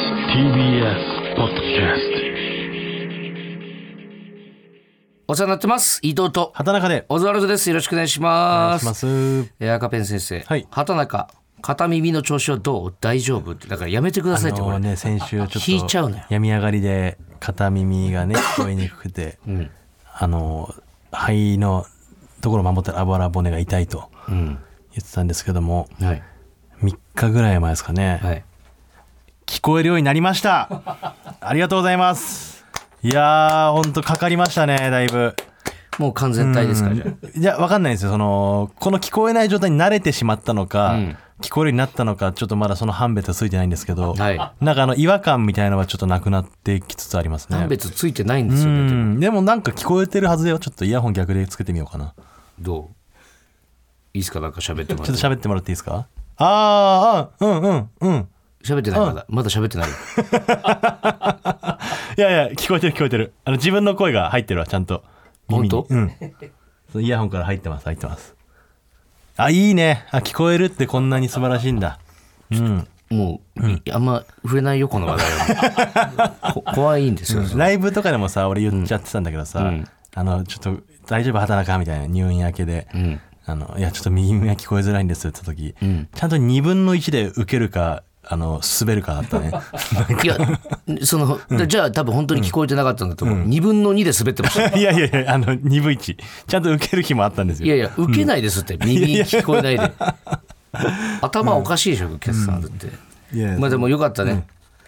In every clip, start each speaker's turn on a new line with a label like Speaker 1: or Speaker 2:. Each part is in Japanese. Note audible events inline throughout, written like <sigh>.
Speaker 1: TBS ポッドキャス
Speaker 2: お世話になってます。伊藤と、
Speaker 3: 畑中で
Speaker 2: オズワルドです。よろしくお願いし
Speaker 3: お願
Speaker 2: ま
Speaker 3: いし
Speaker 2: す。
Speaker 3: ます。
Speaker 2: えー赤ペン先生、
Speaker 3: はい
Speaker 2: 畑中、片耳の調子はどう大丈夫って、だからやめてくだ
Speaker 3: あ
Speaker 2: さいって、これ。
Speaker 3: のね先週ち
Speaker 2: 引い
Speaker 3: ょっ
Speaker 2: ちゃう
Speaker 3: と
Speaker 2: のよ
Speaker 3: 病み上がりで片耳がね聞こえにくくて、あの肺のところを守ったらあばら骨が痛いと
Speaker 2: うん。
Speaker 3: 言ってたんですけども
Speaker 2: はい。
Speaker 3: 3日ぐらい前ですかね、
Speaker 2: はい。
Speaker 3: 聞こえるようになりましたありがとうございますいやーほんとかかりましたねだいぶ
Speaker 2: もう完全体ですから、じゃあ
Speaker 3: <laughs> いやわかんないですよそのこの聞こえない状態に慣れてしまったのか、
Speaker 2: うん
Speaker 3: 聞こえるようになったのかちょっとまだその判別はついてないんですけど、
Speaker 2: は
Speaker 3: なんかあの違和感みたいなのはちょっとなくなってきつつありますね。
Speaker 2: 判別ついてないんで
Speaker 3: う
Speaker 2: すよ、ね
Speaker 3: んでもなんか聞こえてるはずだよ。ちょっとイヤホン逆でつけてみようかな。
Speaker 2: どういいですかなんか喋っても
Speaker 3: ち
Speaker 2: らっ
Speaker 3: ょってと。喋ってもらっていいですかあーあ、うんうんうん。
Speaker 2: 喋ってない、まだ。まだ喋ってない。
Speaker 3: いやいや、聞こえてる聞こえてる。あの自分の声が入ってるわ、ちゃんと。耳に
Speaker 2: 本当
Speaker 3: うん。そのイヤホンから入ってます、入ってます。あ、いいね。あ、聞こえるってこんなに素晴らしいんだ。うん。
Speaker 2: もう、いあんま触れないよ、この話題は。こ <laughs> 怖いんですよ。
Speaker 3: ライブとかでもさ、俺言っちゃってたんだけどさ、
Speaker 2: うん
Speaker 3: あの、ちょっと大丈夫、畑中みたいな入院明けで。
Speaker 2: うん。
Speaker 3: あのいやちょっと右耳が聞こえづらいんですって言った時、
Speaker 2: ん
Speaker 3: ちゃんと2分の1で受けるかあの滑るかだったね <laughs>
Speaker 2: いや、その、じゃあ多分本当に聞こえてなかったんだと思う。2分の2で滑ってました。
Speaker 3: いやいやいやあの2分1ちゃんと受ける日もあったんですよ
Speaker 2: いやいや、受けないですって、耳聞こえない
Speaker 3: <laughs>
Speaker 2: で。頭おかしいでしょ、ケツさんだって。
Speaker 3: いやいや
Speaker 2: まあでもよかったね。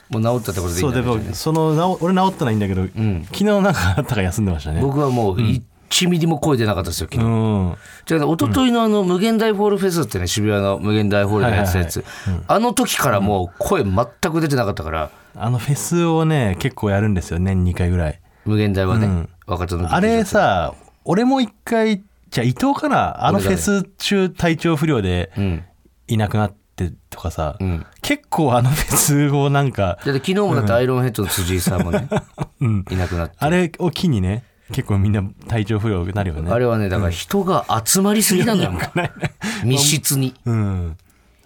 Speaker 2: もう治ったってことでいい
Speaker 3: そ
Speaker 2: ん
Speaker 3: う
Speaker 2: だ
Speaker 3: で
Speaker 2: ね
Speaker 3: もそのなお俺治ってないんだけど、昨日なんかあったから休んでましたね
Speaker 2: 僕はもう1ミリも声出なかったですよ、昨
Speaker 3: う
Speaker 2: 日。
Speaker 3: ん
Speaker 2: じゃあね、一昨日のあの、無限大ホールフェスってね、渋谷の無限大ホールでやってたやつ。あの時からもう声全く出てなかったから、
Speaker 3: あのフェスをね結構やるんですよ年2回ぐらい
Speaker 2: 無限大は
Speaker 3: う
Speaker 2: ね
Speaker 3: ん、
Speaker 2: 若手の劇場。
Speaker 3: あれさ俺も1回じゃあ伊藤かなあの
Speaker 2: 俺
Speaker 3: フ
Speaker 2: だね
Speaker 3: ェス中体調不良で
Speaker 2: うん。
Speaker 3: いなくなってとかさ、
Speaker 2: うん。
Speaker 3: 結構あのフェスをなんか
Speaker 2: だって昨日もだってアイロンヘッドの辻井さんもね、
Speaker 3: うん
Speaker 2: いなくなって。
Speaker 3: あれを機にね、結構みんな体調不良になるよね。
Speaker 2: あれはね、だから人が集まりすぎなのよ、もう密室に。
Speaker 3: <laughs> うん。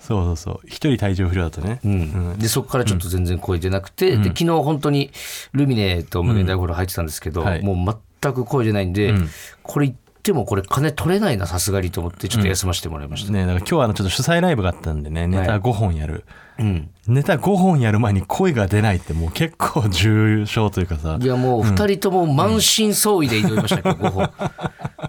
Speaker 3: そうそうそう。一人体調不良だとね。
Speaker 2: うん、でそこからちょっと全然声出なくて、で昨日本当にルミネと無限大ホール入ってたんですけど、
Speaker 3: はい
Speaker 2: もう全く声出ないんで、これ行ってもこれ金取れないなさすがにと思ってちょっと休ませてもらいました、
Speaker 3: ねだから今日はあのちょっと主催ライブがあったんでね、ネタ5本やる。ネタ5本やる前に声が出ないってもう結構重症というかさ
Speaker 2: い。やもう2人とも満身創痍で挑みましたけど、5本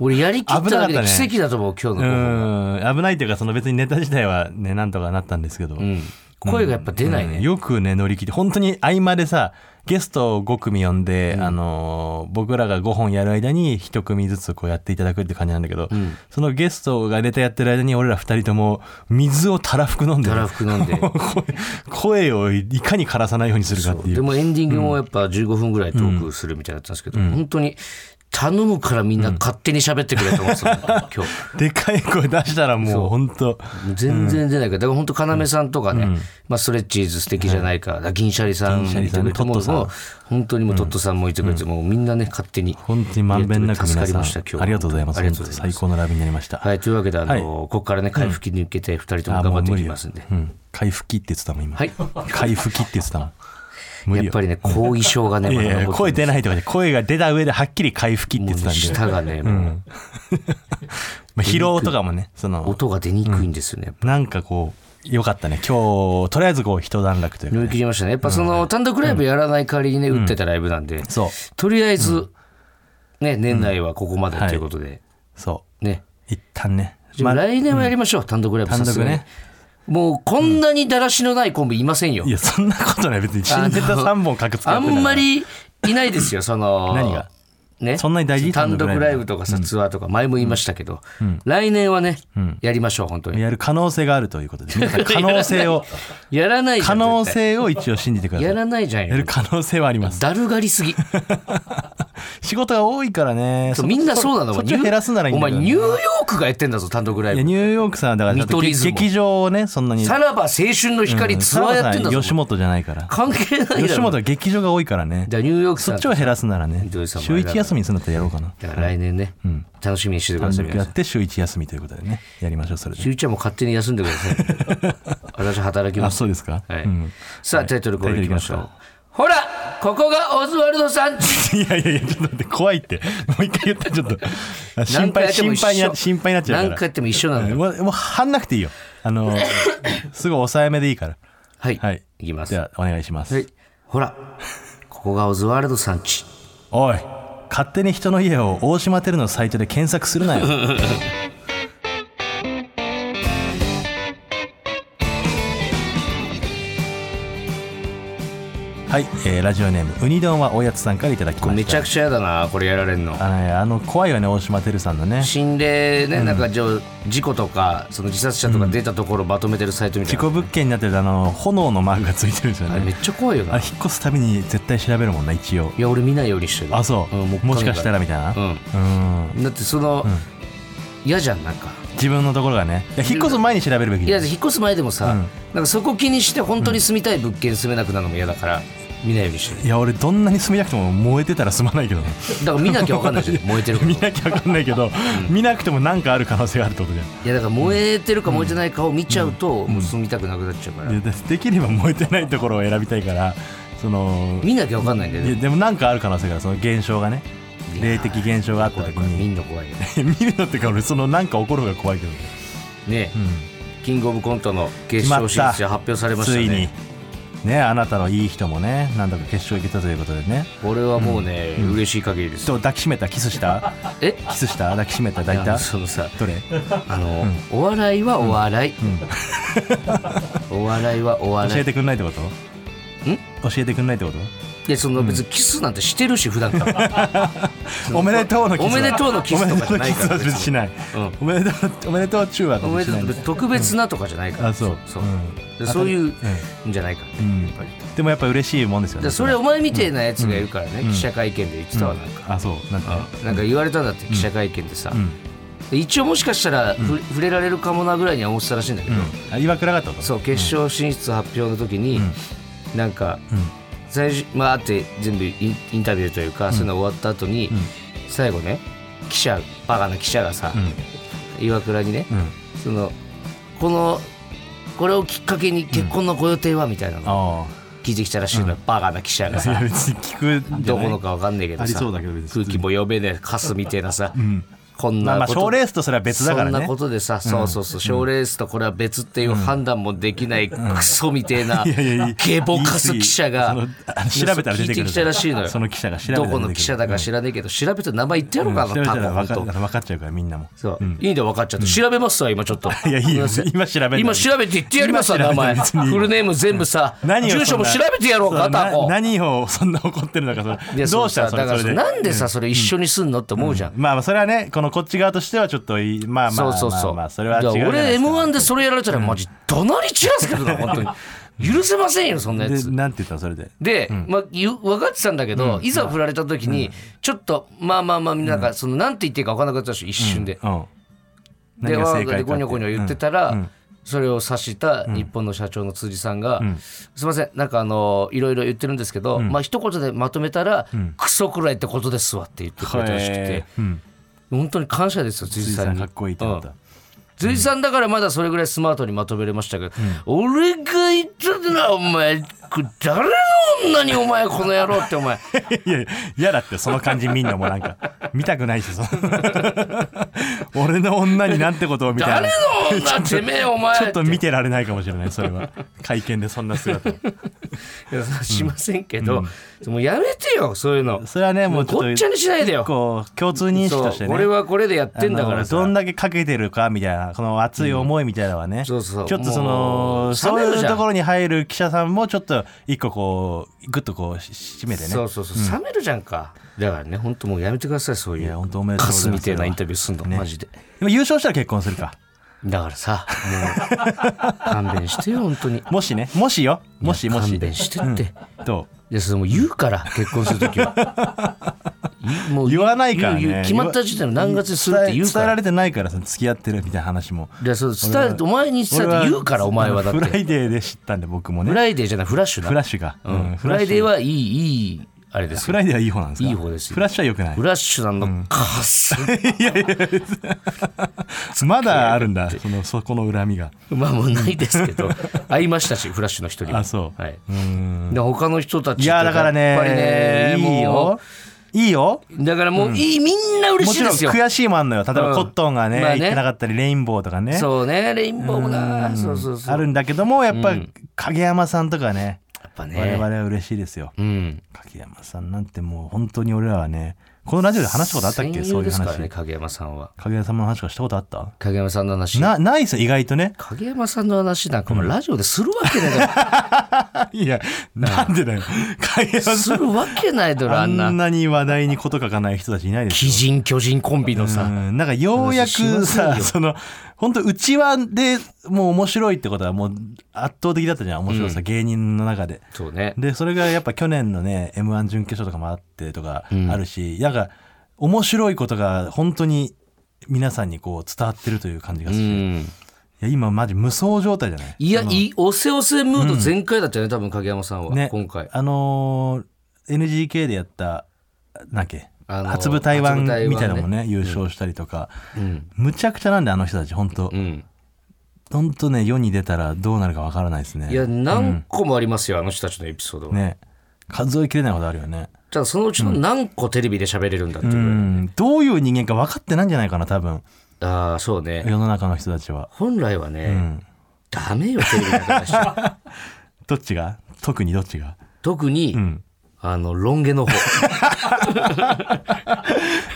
Speaker 2: 俺やりきっただけで奇跡だと思う、今
Speaker 3: う
Speaker 2: 日の5本、
Speaker 3: ん。危ないというか、その別にネタ自体はね、なんとかなったんですけど。
Speaker 2: うん声がやっぱ出ないね、
Speaker 3: うんよくね乗り切って本当に合間でさゲストを5組呼んで、あのー僕らが5本やる間に1組ずつこうやっていただくって感じなんだけど、そのゲストがネタやってる間に俺ら2人とも水をたらふく飲んで
Speaker 2: た
Speaker 3: ね、
Speaker 2: らふく飲んで
Speaker 3: <laughs> 声をいかに枯らさないようにするかってい
Speaker 2: で
Speaker 3: う。
Speaker 2: もエンディングもやっぱ15分ぐらいトークするみたいだったんですけど、本当に頼むからみんな勝手に喋ってくれと思って <laughs> た、今日。
Speaker 3: でかい声出したらもう本当
Speaker 2: 全然出ないから、だから本当要さんとかね、まあ、ストレッチーズ素敵じゃないか、だから銀シャリさんもいてくれて、
Speaker 3: 銀シャリさん
Speaker 2: もう
Speaker 3: ねトットさん
Speaker 2: もう本当にもうトットさんもいてくれて、もうみんなね、勝手に。
Speaker 3: 本当にまんべんなく皆
Speaker 2: 助かり
Speaker 3: さん
Speaker 2: ました今日
Speaker 3: ありがとうございます
Speaker 2: ありがとうございます
Speaker 3: 本当最高のライブになりました、
Speaker 2: はい、というわけで、あの、
Speaker 3: はい
Speaker 2: ここからね、回復期に向けて二人とも
Speaker 3: あ
Speaker 2: 頑張
Speaker 3: も
Speaker 2: っ
Speaker 3: う
Speaker 2: てい
Speaker 3: 無
Speaker 2: き
Speaker 3: 理
Speaker 2: ますんで。
Speaker 3: うん、回復期って言ってたもん今、
Speaker 2: はい。
Speaker 3: 回復期って言っ
Speaker 2: <laughs>
Speaker 3: てたもん無
Speaker 2: や
Speaker 3: 理
Speaker 2: っ
Speaker 3: よ
Speaker 2: ぱりね、後遺症がね、
Speaker 3: <laughs> いやいや
Speaker 2: まだ残っ
Speaker 3: 声出ないとかで声が出た上ではっきり回復期って言ってたんで、
Speaker 2: 舌がね、もう
Speaker 3: まあ、疲労とかもねその
Speaker 2: 音が出にくいんですよね。
Speaker 3: なんかこうよかったね今日とりあえずこう一段落というか
Speaker 2: 乗り切りましたね。やっぱその、単独ライブやらない代わりにね、打ってたライブなんで、
Speaker 3: そう
Speaker 2: とりあえず、ね、年内はここまでということで、
Speaker 3: そう
Speaker 2: ね。
Speaker 3: 一旦ね
Speaker 2: じゃあ来年はやりましょう、単独ライブ
Speaker 3: 単
Speaker 2: さ
Speaker 3: 独
Speaker 2: すがに
Speaker 3: ね
Speaker 2: もうこんなにだらしのないコンビいませんよ
Speaker 3: い。やそんなことない別に新ネタ3本格付け
Speaker 2: あ
Speaker 3: やってたから
Speaker 2: んまりいないですよ、その。
Speaker 3: 何が
Speaker 2: ね、
Speaker 3: そんなに大事
Speaker 2: 単独ライブとかさ、ツアーとか前も言いましたけど、来年はね、やりましょう本当に
Speaker 3: やる可能性があるということで皆さん可能
Speaker 2: <laughs>
Speaker 3: 性を
Speaker 2: やらないじゃ
Speaker 3: 可
Speaker 2: ん
Speaker 3: 能
Speaker 2: 絶対
Speaker 3: 性を一応信じてください
Speaker 2: やらないじゃん
Speaker 3: やる
Speaker 2: よ
Speaker 3: 可能性はあります
Speaker 2: だるがりすぎ
Speaker 3: 仕事が多いからね
Speaker 2: そうみんなそうなの
Speaker 3: <laughs> そっちを減らすならいいん
Speaker 2: お
Speaker 3: だけ
Speaker 2: 前
Speaker 3: どね
Speaker 2: ニューヨークがやってんだぞ単独ラ
Speaker 3: い
Speaker 2: イ
Speaker 3: や
Speaker 2: ブ
Speaker 3: ニューヨークさんはだからちょっと
Speaker 2: 見取り図も
Speaker 3: 劇場をねそんなに
Speaker 2: さらば青春の光ツアーやってんだぞ
Speaker 3: 吉本じゃないから
Speaker 2: 関係ないだろ
Speaker 3: 吉本は劇場が多いからね
Speaker 2: じゃあニューヨーク
Speaker 3: そ
Speaker 2: さん
Speaker 3: っちを減らすならね
Speaker 2: どういうさんも
Speaker 3: 週一休みにするんだったらやろうかな
Speaker 2: だから来年ね、楽しみにしててくだ
Speaker 3: 単
Speaker 2: さい
Speaker 3: 独
Speaker 2: 皆
Speaker 3: や
Speaker 2: さん
Speaker 3: って週一休みということでねやりましょうそれで <laughs>
Speaker 2: しゅういちゃんも勝手に休んでください。私働き
Speaker 3: あ
Speaker 2: ます
Speaker 3: そうですか、
Speaker 2: はい
Speaker 3: うん <laughs>
Speaker 2: さあタイトルコールいきましょ
Speaker 3: タイ
Speaker 2: うほらここがオズワルドさんち
Speaker 3: いやいやいや、ちょっと待って、怖いって。もう一回言ったらちょっと。心配、心配にな、心配になっちゃう
Speaker 2: 何
Speaker 3: か
Speaker 2: 回やっても一緒な
Speaker 3: ら。
Speaker 2: のよ
Speaker 3: もう、もう、はんなくていいよ。あの、
Speaker 2: <laughs>
Speaker 3: すぐ抑えめでいいから。
Speaker 2: はい、
Speaker 3: はいい、。
Speaker 2: きます
Speaker 3: では、お願いします。
Speaker 2: はいほらここがオズワルドさんち
Speaker 3: おい、勝手に人の家を大島テルのサイトで検索するなよ。 <laughs> はい、えーラジオネームうに丼はおやつさんからいただきました
Speaker 2: めちゃくちゃやだなこれやられんの
Speaker 3: あのねあの怖いよね大島テルさんのね
Speaker 2: 心霊ね、なんかじゃあ事故とかその自殺者とか出たところをまとめてるサイトみたい
Speaker 3: 事
Speaker 2: な、
Speaker 3: 故物件になってるあの炎のマークがついてるんですよ
Speaker 2: あれめ
Speaker 3: ね
Speaker 2: っちゃ怖いよ
Speaker 3: あ
Speaker 2: な
Speaker 3: れ
Speaker 2: い
Speaker 3: 引っ越すたびに絶対調べるもんな一応
Speaker 2: や俺見ないようにしてる
Speaker 3: あそう、
Speaker 2: うん
Speaker 3: も
Speaker 2: もう一回
Speaker 3: しかしたらみたいなうん、
Speaker 2: だってその、嫌じゃんなんか
Speaker 3: 自分のところがねいや引っ越す前に調べるべき
Speaker 2: いや引っ越す前でもさ、
Speaker 3: うん
Speaker 2: なんかそこ気にして本当に住みたい物件住めなくなるのも嫌だから見ないようにしてる
Speaker 3: いや俺どんなに住みなくても燃えてたら住まないけどね
Speaker 2: だから見なきゃ分かんないじゃん
Speaker 3: <laughs>
Speaker 2: 燃えてるかい
Speaker 3: 見なきゃ分かんないけど、見なくても何かある可能性があるってことじゃん
Speaker 2: やだから燃えてるか燃えてないかを見ちゃうと、もう住みたくなくなっちゃうから、
Speaker 3: いやでできれば燃えてないところを選びたいからその
Speaker 2: 見なきゃ分かんないんだよ
Speaker 3: いや
Speaker 2: ね
Speaker 3: でも何かある可能性があるその現象がね
Speaker 2: いや
Speaker 3: 霊的現象があった
Speaker 2: 怖い
Speaker 3: 時
Speaker 2: 怖い見
Speaker 3: に
Speaker 2: んの怖いよ
Speaker 3: 見るのってか俺その何か起こる方が怖いけどね
Speaker 2: ね、
Speaker 3: うん
Speaker 2: キングオブコントの決勝進出者発表されました
Speaker 3: ついに
Speaker 2: ね
Speaker 3: ねあなたのいい人もね何度か決勝行けたということでね
Speaker 2: これはもうね、嬉しい限りです
Speaker 3: どう抱きしめたキスした
Speaker 2: え
Speaker 3: キスした抱きしめた抱い
Speaker 2: いや
Speaker 3: た
Speaker 2: そのさ
Speaker 3: どれ
Speaker 2: あの、お笑いはお笑い、 <laughs> お笑いはお
Speaker 3: 教
Speaker 2: 笑い
Speaker 3: えてくんないってこと教えてくんないってこと
Speaker 2: いやその別にキスなんてしてるし普段
Speaker 3: <laughs>
Speaker 2: から、
Speaker 3: おめでとうのキスは
Speaker 2: おめでとうのキスとかじゃないから
Speaker 3: おめでとうのキスは別にしない
Speaker 2: うん
Speaker 3: おめでとうおめでとう中は
Speaker 2: おめ
Speaker 3: 別
Speaker 2: でとう
Speaker 3: にしない
Speaker 2: 別に特別なとかじゃないから、
Speaker 3: あそう
Speaker 2: そう、
Speaker 3: うん
Speaker 2: でそういう
Speaker 3: 当たり
Speaker 2: んじゃないからね、
Speaker 3: うん
Speaker 2: やっぱり
Speaker 3: でもやっぱ嬉しいもんですよね
Speaker 2: でそれお前みてえなやつがいるからね、記者会見で言ってたわなんか、
Speaker 3: あそうなんか
Speaker 2: なんか言われたんだって記者会見でさ、
Speaker 3: うん
Speaker 2: で一応もしかしたらふ、触れられるかもなぐらいには思ってたらしいんだけど、
Speaker 3: うんあ岩倉がってこと
Speaker 2: そう決勝進出発表の時に、なんか、最初まああって全部インインタビューというか、そういうの終わった後に、最後ね記者バカな記者がさ、岩倉にね、
Speaker 3: うん
Speaker 2: そのこのこれをきっかけに結婚のご予定はみたいなの
Speaker 3: あ
Speaker 2: 聞いてきたらしいのよ、バカな記者が
Speaker 3: <laughs> あいや
Speaker 2: さ
Speaker 3: 別に聞くんじゃない
Speaker 2: どこのかわかんないけどさ
Speaker 3: ありそうだけど別
Speaker 2: 空
Speaker 3: に
Speaker 2: 気も読めねえカスみたいなさ、こん
Speaker 3: まあま
Speaker 2: な
Speaker 3: あ賞レースとそれは別だからね
Speaker 2: そんなことでさ、そうそうそう、賞レースとこれは別っていう判断もできないクソみてえな、
Speaker 3: いやいやいや
Speaker 2: ゲボカス記者が
Speaker 3: 言い過ぎそのあ調べたら出てくる
Speaker 2: 聞いてきたらしいのよ。
Speaker 3: その記者が調べたら出てく
Speaker 2: ど
Speaker 3: る
Speaker 2: この記者だか知らねえけど、調べて名前言ってやろうか
Speaker 3: 調べ
Speaker 2: な、
Speaker 3: た
Speaker 2: 多
Speaker 3: ら
Speaker 2: 分
Speaker 3: 分か
Speaker 2: 本当。
Speaker 3: 分かっちゃうからみんなも
Speaker 2: そう、いいんだよ分かっちゃって、調べますわ今ちょっと
Speaker 3: いやいいよ今調べる
Speaker 2: 今調べて言ってやりますわ名
Speaker 3: 今調べて
Speaker 2: 前
Speaker 3: 別
Speaker 2: フ
Speaker 3: にいいよ
Speaker 2: ルネーム全部さ
Speaker 3: 何を
Speaker 2: 住所も調べてやろうか
Speaker 3: そんな
Speaker 2: タコ
Speaker 3: な何をそんな怒ってるのかそ
Speaker 2: い
Speaker 3: れ
Speaker 2: やそ
Speaker 3: ど
Speaker 2: の
Speaker 3: うした
Speaker 2: さだ
Speaker 3: らそれ
Speaker 2: から
Speaker 3: それで
Speaker 2: なんでさそれ一緒にすんのって思うじゃん、
Speaker 3: まあまあそれはねこのこっち側としてはちょっといいまあまあ
Speaker 2: そうそう
Speaker 3: ま
Speaker 2: そ
Speaker 3: あ
Speaker 2: う、
Speaker 3: まあそれは違うじゃ
Speaker 2: だか
Speaker 3: ない
Speaker 2: ら俺
Speaker 3: ですか
Speaker 2: M1 でそれやられたらマジ怒鳴り散らすけどな本当に許せませんよそんなやつ
Speaker 3: でなんて言ったのそれで
Speaker 2: で、まあ、ゆ分かってたんだけど、いざ振られた時に、ちょっとまあまあまあなんかそのなんて言っていいか分からなかったでしょ一瞬で、
Speaker 3: うん
Speaker 2: で
Speaker 3: 何が
Speaker 2: 我が家
Speaker 3: 正解かっ
Speaker 2: で
Speaker 3: て
Speaker 2: ゴニョゴニョ言ってたら、それを指した日本の社長の辻さんが、すみません、なんかあの、いろいろ言ってるんですけど、まあ一言でまとめたら、クソくらいってことですわって言ってくれたらしく
Speaker 3: へ
Speaker 2: て、
Speaker 3: ーうん
Speaker 2: 本当に感謝ですよ、辻
Speaker 3: 辻
Speaker 2: さ
Speaker 3: さ
Speaker 2: ん
Speaker 3: ん
Speaker 2: に。
Speaker 3: かっこいいってなった
Speaker 2: 辻さんだからまだそれぐらいスマートにまとめれましたけど、俺が言ってたな、お前、誰の女にお前、この野郎ってお <laughs> 前。
Speaker 3: いやいや嫌だってその感じ見んのもなんか見たくないしその <laughs> 俺の女になんてことをみたい
Speaker 2: 誰
Speaker 3: な
Speaker 2: の女てめえお前
Speaker 3: ちょっと見てられないかもしれないそれは会見でそんな姿
Speaker 2: いやしませんけど、もうやめてよそういうの
Speaker 3: それはねもうちょっと
Speaker 2: ごっちゃにしないでよ
Speaker 3: こう共通認識
Speaker 2: そ
Speaker 3: と
Speaker 2: う
Speaker 3: してね
Speaker 2: 俺はこれでやってんだから
Speaker 3: あの
Speaker 2: さ
Speaker 3: どんだけかけてるかみたいなこの熱い思いみたいなのはね、
Speaker 2: そうそう
Speaker 3: ちょっとそ
Speaker 2: も
Speaker 3: の
Speaker 2: う
Speaker 3: そう
Speaker 2: 冷め
Speaker 3: い
Speaker 2: る
Speaker 3: う
Speaker 2: じゃん
Speaker 3: ところに入る記者さんもちょっと一個こうグッとこうし締めてね
Speaker 2: そうそうそう冷めるじゃんか、だからね本当もうやめてくださいそうい
Speaker 3: いうや本当おめでとう
Speaker 2: カ
Speaker 3: ございます
Speaker 2: スみたいなインタビューすんの、
Speaker 3: ね
Speaker 2: マジで
Speaker 3: でも優勝したら結婚するか
Speaker 2: だからさ <laughs> もう勘弁してよ本当に
Speaker 3: もしねもしよもしも
Speaker 2: 勘
Speaker 3: し
Speaker 2: 弁してって、
Speaker 3: と
Speaker 2: いやそれもう言うから結婚するときは
Speaker 3: <laughs>
Speaker 2: いもう
Speaker 3: 言わないからね
Speaker 2: 言う言う決まった時点の何月にするって言う
Speaker 3: 伝え伝
Speaker 2: か
Speaker 3: え
Speaker 2: ら
Speaker 3: られてないからその付き合ってるみたいな話も
Speaker 2: いやそう伝えお前に伝えて言うからお前はだって
Speaker 3: フライデーで知ったんで僕もね
Speaker 2: フライデーじゃないフラッシュだ
Speaker 3: フラッシュが、
Speaker 2: うん
Speaker 3: うん
Speaker 2: フライデーはいいいいあれです
Speaker 3: フライデーはいい方なんですか
Speaker 2: いい方ですよ
Speaker 3: フラッシュは良くない
Speaker 2: フラッシュさんのかっす、
Speaker 3: まだあるんだそのそこの恨みが
Speaker 2: まあもうないですけ
Speaker 3: <laughs>
Speaker 2: ど会いましたしフラッシュの人にも
Speaker 3: あそう
Speaker 2: はい、
Speaker 3: うん
Speaker 2: で他の人たち
Speaker 3: いやだからね
Speaker 2: やっぱりね
Speaker 3: いいよいいよ
Speaker 2: もうだからもういい、みんな嬉
Speaker 3: も
Speaker 2: し
Speaker 3: ち
Speaker 2: い
Speaker 3: ろ
Speaker 2: で
Speaker 3: ん
Speaker 2: すよ
Speaker 3: 悔しいもあんのよ例え
Speaker 2: うん
Speaker 3: ばコットンがね,、
Speaker 2: まあね
Speaker 3: 行ってなかったりレインボーとかね
Speaker 2: そうねレインボーもなそうそうそう
Speaker 3: あるんだけどもやっぱ、
Speaker 2: うん
Speaker 3: 影山さんとかね
Speaker 2: やっぱ
Speaker 3: 我々
Speaker 2: ね
Speaker 3: は嬉しいですよ、
Speaker 2: うん
Speaker 3: 影山さんなんてもう本当に俺らはねこのラジオで話したことあったっけ
Speaker 2: 戦
Speaker 3: そ
Speaker 2: 友
Speaker 3: ういう
Speaker 2: ですから
Speaker 3: 話、
Speaker 2: ね影山さんは
Speaker 3: 影山様の話とかしたことあった
Speaker 2: 影山さんの話
Speaker 3: なないですよ意外
Speaker 2: <laughs>
Speaker 3: とね
Speaker 2: 影山さんの話なんかもうラジオでするわけない
Speaker 3: <laughs>
Speaker 2: だ
Speaker 3: いやなんでだよ影山
Speaker 2: ろするわけないだろ
Speaker 3: あ
Speaker 2: あんなん
Speaker 3: なに話題に事書かない人たちいないです
Speaker 2: 鬼
Speaker 3: よ
Speaker 2: 人巨人コンビのさ
Speaker 3: うんなんかようや
Speaker 2: しま
Speaker 3: く
Speaker 2: せんよ
Speaker 3: さその本当うちわでもう面白いってことはもう圧倒的だったじゃん面白さ、芸人の中で
Speaker 2: そうね
Speaker 3: でそれがやっぱ去年のね m 1準決勝とかもあってとか
Speaker 2: うん
Speaker 3: あるし、なんか面白いことが本当に皆さんにこう伝わってるという感じが
Speaker 2: う
Speaker 3: する、い
Speaker 2: ん
Speaker 3: や今マジ無双状態じゃない
Speaker 2: いや
Speaker 3: あの
Speaker 2: いいおせおせムード全開だったよね多分影山さんは
Speaker 3: ね
Speaker 2: 今回
Speaker 3: あのー NGK でやったなんだっけ、
Speaker 2: あのー
Speaker 3: 初舞台湾
Speaker 2: 初舞台湾ね
Speaker 3: みたいなのもね優勝したりとか、
Speaker 2: うん
Speaker 3: むちゃくちゃなんであの人たち本当、
Speaker 2: うん
Speaker 3: 本当ね世に出たらどうなるかわからないですね
Speaker 2: いや何個もありますよあの人たちのエピソードは
Speaker 3: ね数えきれないことあるよね
Speaker 2: ただそのうちの何個テレビで喋れるんだっていううぐらい
Speaker 3: んどういう人間か分かってないんじゃないかな多分
Speaker 2: ああそうね
Speaker 3: 世の中の人たちは
Speaker 2: 本来はね、
Speaker 3: ん
Speaker 2: ダメよテレビだから
Speaker 3: <laughs>
Speaker 2: して
Speaker 3: どっちが特にどっちが
Speaker 2: 特に、
Speaker 3: ん
Speaker 2: あのロン毛の方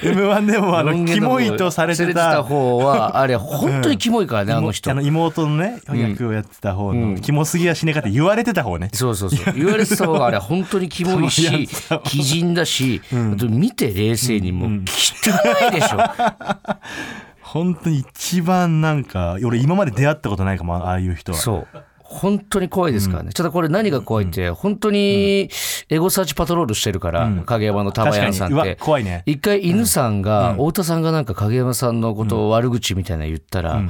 Speaker 3: m 1でもあ
Speaker 2: ロン
Speaker 3: の
Speaker 2: 毛
Speaker 3: キ
Speaker 2: の方
Speaker 3: モいとされてた
Speaker 2: 方
Speaker 3: <laughs>
Speaker 2: はあれ本当にキモいからね、あの人
Speaker 3: あの妹のね役をやってた方の、キモすぎやしねえかって言われてた方ね
Speaker 2: そうそうそう言われてた方があれ本当にキモいし
Speaker 3: そのや
Speaker 2: 鬼人だし、あと見て冷静にもう汚いでしょ、
Speaker 3: 本当に一番なんか俺今まで出会ったことないかもああいう人は
Speaker 2: そう本当に怖いですからね、ただこれ何が怖いって、本当にエゴサーチパトロールしてるから、影山の玉
Speaker 3: 確か
Speaker 2: 山
Speaker 3: に
Speaker 2: さん
Speaker 3: う
Speaker 2: っ
Speaker 3: わ
Speaker 2: て
Speaker 3: 怖いね
Speaker 2: 一回犬さんが、太田さんがなんか影山さんのことを悪口みたいなの言ったら、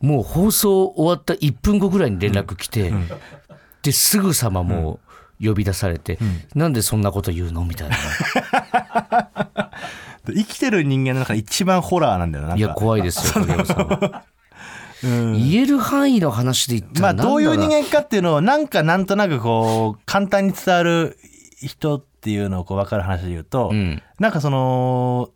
Speaker 2: もう放送終わった1分後ぐらいに連絡来て、ですぐさまもう呼び出されて、なんでそんなこと言うのみたい
Speaker 3: <laughs>
Speaker 2: な
Speaker 3: 生きてる人間の中で一番ホラーなんだよないな
Speaker 2: や
Speaker 3: んか
Speaker 2: 怖いですよ影山さんは、
Speaker 3: <laughs>
Speaker 2: 言える範囲の話で言った
Speaker 3: ま
Speaker 2: ら
Speaker 3: あ
Speaker 2: なんだ
Speaker 3: どういう人
Speaker 2: 間
Speaker 3: 間かっていうのをなんかなんとなくこう簡単に伝わる人っていうのをこう分かる話で言うと、
Speaker 2: うん
Speaker 3: なんかその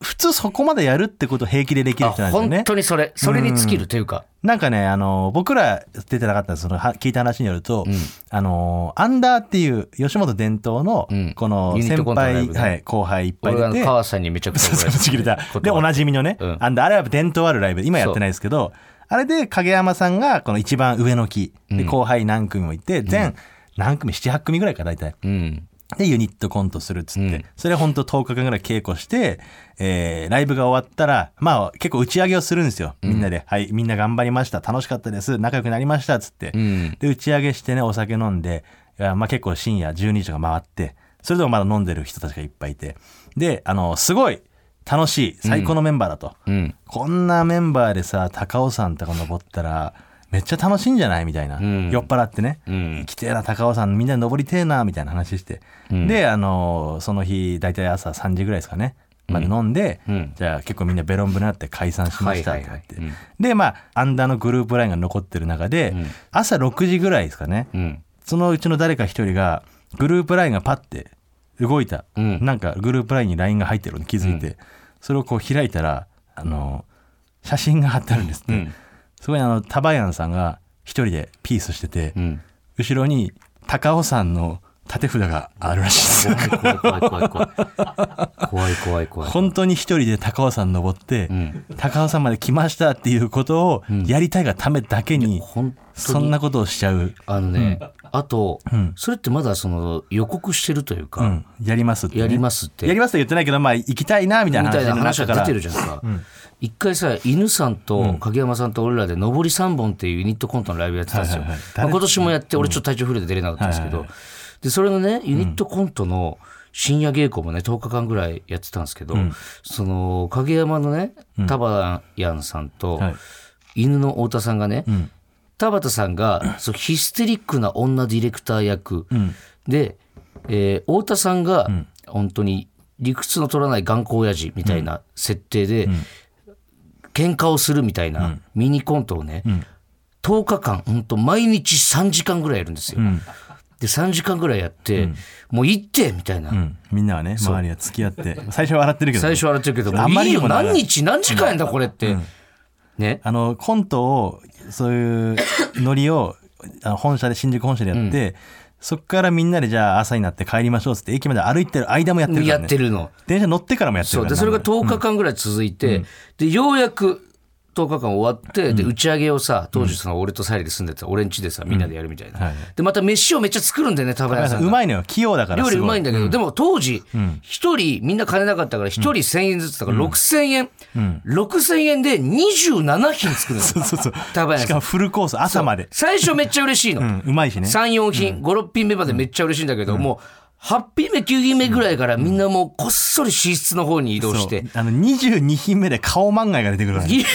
Speaker 3: 普通そこまでやるってことを平気でできる人なんですよね
Speaker 2: 本当にそれそれに尽きるというか、
Speaker 3: なんかね、あの、僕ら出てなかったんですそのは聞いた話によると、あの、アンダーっていう吉本伝統の
Speaker 2: うん、
Speaker 3: この
Speaker 2: ユニッ
Speaker 3: 先
Speaker 2: トコントのライ
Speaker 3: 輩、
Speaker 2: ブね
Speaker 3: はい、後輩いっぱい
Speaker 2: 俺あ
Speaker 3: 出
Speaker 2: の
Speaker 3: て、
Speaker 2: 川さんにめちゃくちゃ怒られた
Speaker 3: ちぎれた。で、おなじみのね、
Speaker 2: うん
Speaker 3: アンダー、あれは伝統あるライブ、今やってないですけど、あれで影山さんがこの一番上の木、で後輩何組もいて、全何組、7、8組ぐらいか大体。
Speaker 2: うん
Speaker 3: で、ユニットコントするっつ
Speaker 2: う
Speaker 3: って、
Speaker 2: ん
Speaker 3: それ本当10日間ぐらい稽古して、えーライブが終わったら、まあ結構打ち上げをするんですよ。みんなで、はい、みんな頑張りました、楽しかったです、仲良くなりました、っつって。
Speaker 2: うん
Speaker 3: で、打ち上げしてね、お酒飲んで、いやまあ結構深夜12時とか回って、それでもまだ飲んでる人たちがいっぱいいて。で、あの、すごい楽しい、最高のメンバーだと。
Speaker 2: うん
Speaker 3: こんなメンバーでさ高尾山とか登ったらめっちゃ楽しいんじゃないみたいな、
Speaker 2: ん
Speaker 3: 酔っ払ってね、
Speaker 2: ん
Speaker 3: 行きてえな高尾山みんなで登りてえなみたいな話して、であのーその日大体朝3時ぐらいですかねまで飲んで、
Speaker 2: うん
Speaker 3: じゃあ結構みんなベロンベロンになって解散しましたってなって、
Speaker 2: はいはいはい
Speaker 3: でまあアンダーのグループラインが残ってる中で、朝6時ぐらいですかね、
Speaker 2: うん
Speaker 3: そのうちの誰か一人がグループラインがパッて動いた、
Speaker 2: うん
Speaker 3: なんかグループラインに LINE が入ってるのに気づいて、それをこう開いたらあの写真が貼ってあるんですって、
Speaker 2: うん
Speaker 3: そこにあのタバヤンさんが一人でピースしてて、
Speaker 2: うん
Speaker 3: 後ろに高尾山の縦札があるらしいです
Speaker 2: 怖い怖い怖い怖い怖い怖い怖い怖い
Speaker 3: <laughs> 本当に一人で高尾山登って、
Speaker 2: ん
Speaker 3: 高尾山まで来ましたっていうことをやりたいがためだけに、
Speaker 2: 本
Speaker 3: そんなことをしちゃう、
Speaker 2: あのね、あと、それってまだその予告してるという
Speaker 3: う
Speaker 2: か、
Speaker 3: ん、やりますってね、
Speaker 2: やりますって
Speaker 3: やりますって言ってないけど、まあ、行きたいなみたい
Speaker 2: み
Speaker 3: な
Speaker 2: た
Speaker 3: 話
Speaker 2: い
Speaker 3: の
Speaker 2: な話
Speaker 3: 中か
Speaker 2: が出
Speaker 3: ら
Speaker 2: てるじゃんか、一回さ犬さんと影山さんと俺らで「上り三本」っていうユニットコントのライブやってたんですよ、
Speaker 3: はいはいはい
Speaker 2: まあ、今年もやって俺ちょっと体調不良で出れなかったんですけど、でそれのねユニットコントの深夜稽古もね10日間ぐらいやってたんですけど、その影山のね田畑やんさんと、
Speaker 3: はい
Speaker 2: 犬の太田さんがね、田畑さんがそうヒステリックな女ディレクター役、でえー太田さんが
Speaker 3: ん
Speaker 2: 本当に理屈の取らない頑固親父みたいな設定で、喧嘩をするみたいなミニコントをね、10日間本当毎日3時間ぐらいやるんですよ。
Speaker 3: ん
Speaker 2: で3時間ぐらいやって、もういいってみたいな、
Speaker 3: うん、みんなはね周りは付き合って最初は笑ってるけどね、
Speaker 2: 最初笑ってるけど
Speaker 3: あ
Speaker 2: も
Speaker 3: んま
Speaker 2: うい
Speaker 3: り
Speaker 2: い
Speaker 3: に
Speaker 2: よ
Speaker 3: もならない
Speaker 2: 何日何時間やんだこれって、ね
Speaker 3: あのコントをそういうノリをあの本社で新宿本社でやって、そこからみんなでじゃあ朝になって帰りましょうっつって駅まで歩いてる間もやってるから、ね、
Speaker 2: やってるの。
Speaker 3: 電車乗ってからもやってる
Speaker 2: そ
Speaker 3: か
Speaker 2: う
Speaker 3: ら
Speaker 2: で
Speaker 3: ね
Speaker 2: それが10日間ぐらい続いて、でようやく10日間終わって、で打ち上げをさ当時その俺とサリで住んでた俺ん家でさみんなでやるみたいな、
Speaker 3: はい
Speaker 2: でまた飯をめっちゃ作るんだよね食べ屋
Speaker 3: だか
Speaker 2: さ
Speaker 3: ら
Speaker 2: ん
Speaker 3: う
Speaker 2: が
Speaker 3: まいのよ器用だから
Speaker 2: 料理
Speaker 3: す
Speaker 2: う
Speaker 3: ごい
Speaker 2: まいんだけど、でも当時一人みんな金なかったから一人1000円ずつだから6000円、6000円で27品作るんです
Speaker 3: <laughs> そう
Speaker 2: よ
Speaker 3: そうそう
Speaker 2: 田林さん
Speaker 3: しかもフルコース朝まで
Speaker 2: 最初めっちゃ嬉しいの、
Speaker 3: う,、ん、うまいしね
Speaker 2: 34品、56品目までめっちゃ嬉しいんだけど、もう8品目9品目ぐらいからみんなもうこっそり寝室の方に移動して、
Speaker 3: そうあの22品目で顔漫画が出てくるからね
Speaker 2: いや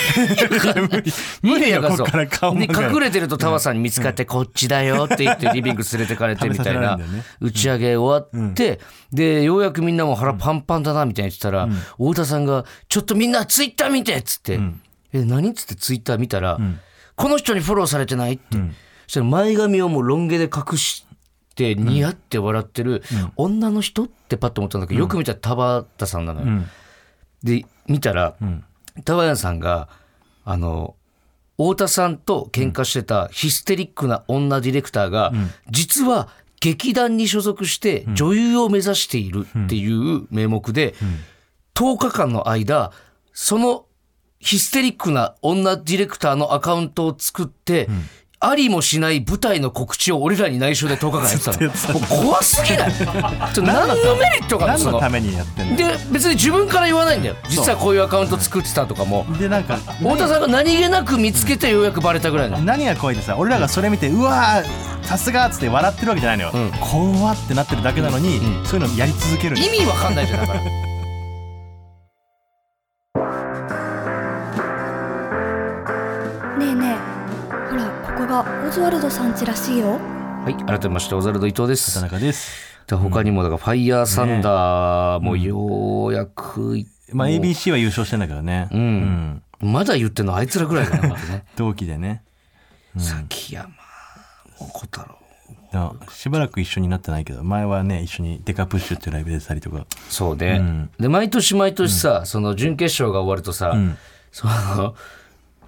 Speaker 3: 無理よ
Speaker 2: だ
Speaker 3: こ
Speaker 2: ら
Speaker 3: っから顔
Speaker 2: で
Speaker 3: 漫画
Speaker 2: 隠れてるとタワさんに見つかってこっちだよって言ってリビング連れてかれてみたい
Speaker 3: 食べさせられる
Speaker 2: なん
Speaker 3: だよね
Speaker 2: 打ち上げ終わってでようやくみんなも腹パンパンだなみたいに言ってたら太田さんが「ちょっとみんなツイッター見て」っつって「え何?」っつってツイッター見たら「この人にフォローされてない?」ってそしたら前髪をもうロン毛で隠してニヤって笑ってる女の人ってパッと思ったんだけどよく見たら田畑さんなのよ。で見たら、タワヤンさんがあの太田さんと喧嘩してたヒステリックな女ディレクターが、実は劇団に所属して女優を目指しているっていう名目で、10日間の間そのヒステリックな女ディレクターのアカウントを作って、ありもしない舞台の告知を俺らに内緒で10日間やってたの。もう怖すぎ <laughs> ないちょ何のメリットがある
Speaker 3: 何
Speaker 2: そ
Speaker 3: の
Speaker 2: の
Speaker 3: ためにやってんの
Speaker 2: で別に自分から言わないんだよ実はこういうアカウント作ってたとかも
Speaker 3: でなんか
Speaker 2: 太田さんが何気なく見つけてようやくバレたぐらいの
Speaker 3: 何が怖いってさ俺らがそれ見てうわーさすがっつって笑ってるわけじゃないのよ、
Speaker 2: ん
Speaker 3: 怖ってなってるだけなのに、
Speaker 2: うん
Speaker 3: そういうのやり続ける
Speaker 2: 意味わかんないじゃんだから
Speaker 4: ねえねえほらここがオズワルドさん家らしいよ
Speaker 2: <laughs> はい改めましてオザルド伊藤で
Speaker 3: 田
Speaker 2: す
Speaker 3: 中です、
Speaker 2: で他にもだからファイヤーサンダーもようやくい
Speaker 3: まあ、ABC は優勝してんだけどね、
Speaker 2: うんまだ言ってんのあいつらぐらいだなだってね
Speaker 3: 同期でね
Speaker 2: 崎山小太郎
Speaker 3: でもしばらく一緒になってないけど前はね一緒に「デカプッシュ」っていうライブ出てたりとか
Speaker 2: そうね、
Speaker 3: ん
Speaker 2: で毎年毎年さ、その準決勝が終わるとさ、
Speaker 3: ん
Speaker 2: その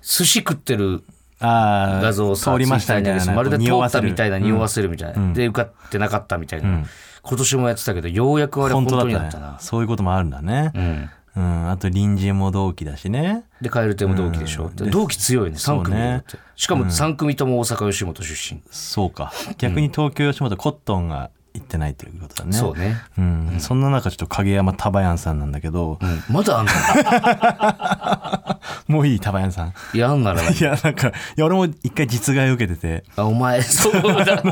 Speaker 2: 寿司食ってる
Speaker 3: ああ
Speaker 2: 画像をさ
Speaker 3: 通りましたみたい
Speaker 2: ツイッ
Speaker 3: な
Speaker 2: ターに上げてまるで通ったみたいな匂わ
Speaker 3: せ
Speaker 2: せるみたいな、で受かってなかったみたいな、今年もやってたけどようやくあ
Speaker 3: る
Speaker 2: れ
Speaker 3: うん
Speaker 2: 本
Speaker 3: 本当
Speaker 2: 当に
Speaker 3: だ
Speaker 2: な
Speaker 3: っ
Speaker 2: った
Speaker 3: たね
Speaker 2: な
Speaker 3: そういうこともあるんだね
Speaker 2: うん
Speaker 3: うんあと隣人も同期だしね
Speaker 2: で蛙亭も同期でしょ、
Speaker 3: うん
Speaker 2: で同期強いね3組
Speaker 3: そ
Speaker 2: だ
Speaker 3: うね
Speaker 2: ってしかも3組とも大阪吉本出身、
Speaker 3: そうか逆に東京吉本コットンが行ってないということだね
Speaker 2: そうね、
Speaker 3: うんそんな中ちょっと影山タバヤンさんなんだけど、
Speaker 2: うんま
Speaker 3: <laughs>
Speaker 2: だあんの
Speaker 3: もういいタバヤンさん
Speaker 2: いやあんならない
Speaker 3: いやなんかいや俺も一回実害を受けてて
Speaker 2: あお前そうだ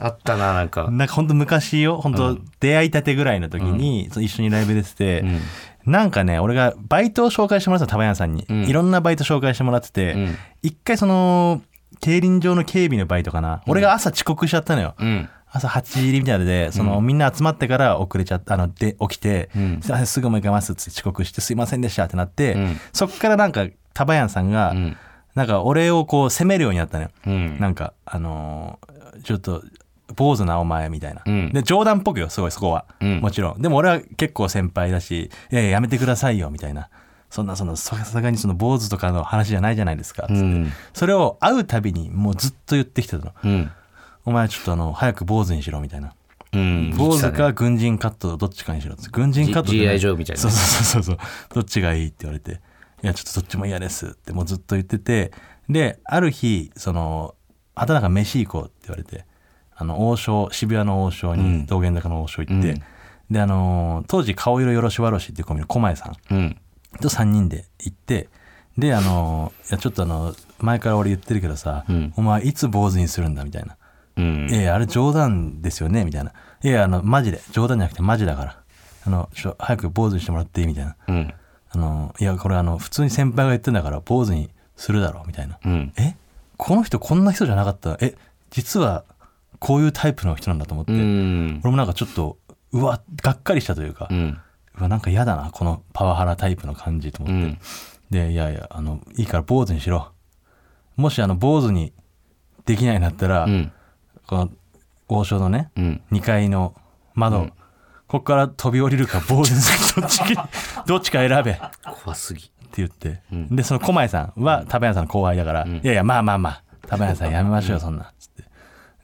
Speaker 2: あったななんか、
Speaker 3: なんかほんと昔よ本当出会いたてぐらいの時に、その一緒にライブ出てて、
Speaker 2: うん
Speaker 3: なんかね俺がバイトを紹介してもらってたタバヤンさんに、
Speaker 2: ん
Speaker 3: いろんなバイト紹介してもらってて、
Speaker 2: うん
Speaker 3: 一回その競輪場の警備のバイトかな、俺が朝遅刻しちゃったのよ、
Speaker 2: うん
Speaker 3: 朝8時入りみたいなのでその、みんな集まってから遅れちゃったあので起きて、
Speaker 2: うん
Speaker 3: すいませんすぐ向かいますっつって遅刻してすいませんでしたってなって、
Speaker 2: うん
Speaker 3: そっからなんかタバヤンさんが、
Speaker 2: うん
Speaker 3: なんか俺をこう責めるようになったのよ、
Speaker 2: うん
Speaker 3: なんかあのーちょっと坊主なお前みたいな、
Speaker 2: うん
Speaker 3: で冗談っぽくよすごいそこは、
Speaker 2: うん
Speaker 3: もちろんでも俺は結構先輩だし「いやいややめてくださいよ」みたいなそんなそのさすがにその坊主とかの話じゃないじゃないですか、
Speaker 2: うん
Speaker 3: それを会うたびにもうずっと言ってきてたの
Speaker 2: うん
Speaker 3: お前ちょっとあの早く坊主にしろみたいな
Speaker 2: うん
Speaker 3: 坊主
Speaker 2: 言っ
Speaker 3: か軍人カットどっちかにしろって軍人カット
Speaker 2: G-
Speaker 3: じゃな
Speaker 2: GI ジョーみたいな
Speaker 3: そうそうそうそうどっちがいいって言われていやちょっとどっちも嫌ですってもうずっと言っててである日その畑中飯行こうって言われてあの王将渋谷の王将に、
Speaker 2: うん
Speaker 3: 道玄坂の王将行って、
Speaker 2: うん
Speaker 3: であのー当時顔色よろしわろしっていうコンビの狛江さん
Speaker 2: てねうん
Speaker 3: と3人で行ってであのーいやちょっとあの前から俺言ってるけどさ、
Speaker 2: うん
Speaker 3: お前いつ坊主にするんだみたいな
Speaker 2: うん
Speaker 3: いやいやあれ冗談ですよねみたいな。いやいや、あの、マジで。冗談じゃなくてマジだから。あの、ちょっと早く坊主にしてもらっていいみたいな。
Speaker 2: うん
Speaker 3: あの、いや、これあの、普通に先輩が言ってんだから坊主にするだろうみたいな。
Speaker 2: うん
Speaker 3: えこの人こんな人じゃなかったえ実はこういうタイプの人なんだと思って、
Speaker 2: うん
Speaker 3: 俺もなんかちょっとうわがっかりしたというか、
Speaker 2: うん
Speaker 3: うわなんか嫌だなこのパワハラタイプの感じと思って、
Speaker 2: うん
Speaker 3: でいやいやあのいいから坊主にしろもしあの坊主にできないんだったら、
Speaker 2: うん
Speaker 3: この王将のね、
Speaker 2: うん
Speaker 3: 2階の窓、ここから飛び降りるか坊主にするかどっ
Speaker 2: <laughs>
Speaker 3: ちかどっちか選べって
Speaker 2: 怖すぎ
Speaker 3: 言って、でその狛江さんは食べ屋さんの後輩だから、いやいやまあまあまあ食べ屋さんやめましょうよそんなつって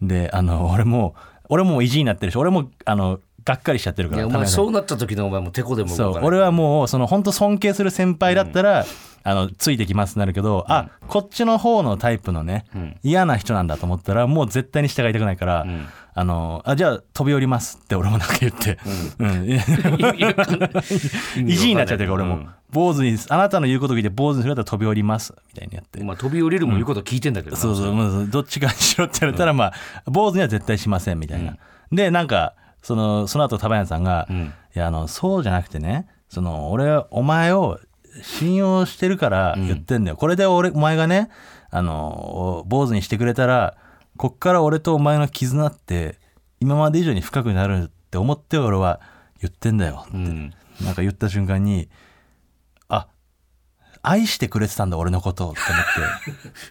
Speaker 3: であの俺も俺も意地になってるし俺もあのがっかりしちゃってるか
Speaker 2: い
Speaker 3: ら
Speaker 2: やお
Speaker 3: 多分
Speaker 2: 前そうなった時のお前もてこでも
Speaker 3: そ
Speaker 2: 動
Speaker 3: う
Speaker 2: かない
Speaker 3: 俺はもうその本当尊敬する先輩だったら、あのついてきますになるけど、あこっちの方のタイプのね、
Speaker 2: ん
Speaker 3: 嫌な人なんだと思ったらもう絶対に従いたくないから、
Speaker 2: ん
Speaker 3: あのあじゃあ飛び降りますって俺もなんか言って、うん <laughs> 意地になっちゃってるから俺も、坊主にあなたの言うこと聞いて坊主にするだったら飛び降りますみたいにやって、
Speaker 2: まあ飛び降りるも言うこと聞いてんだけどな
Speaker 3: そうそう、まあ、どっちかにしろって言われたら、まあ、坊主には絶対しませんみたいな。で、なんか、その、その後、束屋さんが、
Speaker 2: ん
Speaker 3: いや、あの、そうじゃなくてね、その、俺は、お前を信用してるから言ってんだよ。これで俺、お前がね、あの、お坊主にしてくれたら、こっから俺とお前の絆って、今まで以上に深くなるって思って、俺は言ってんだよって、
Speaker 2: うん
Speaker 3: なんか言った瞬間に、あ、愛してくれてたんだ俺のことって思って
Speaker 2: <laughs>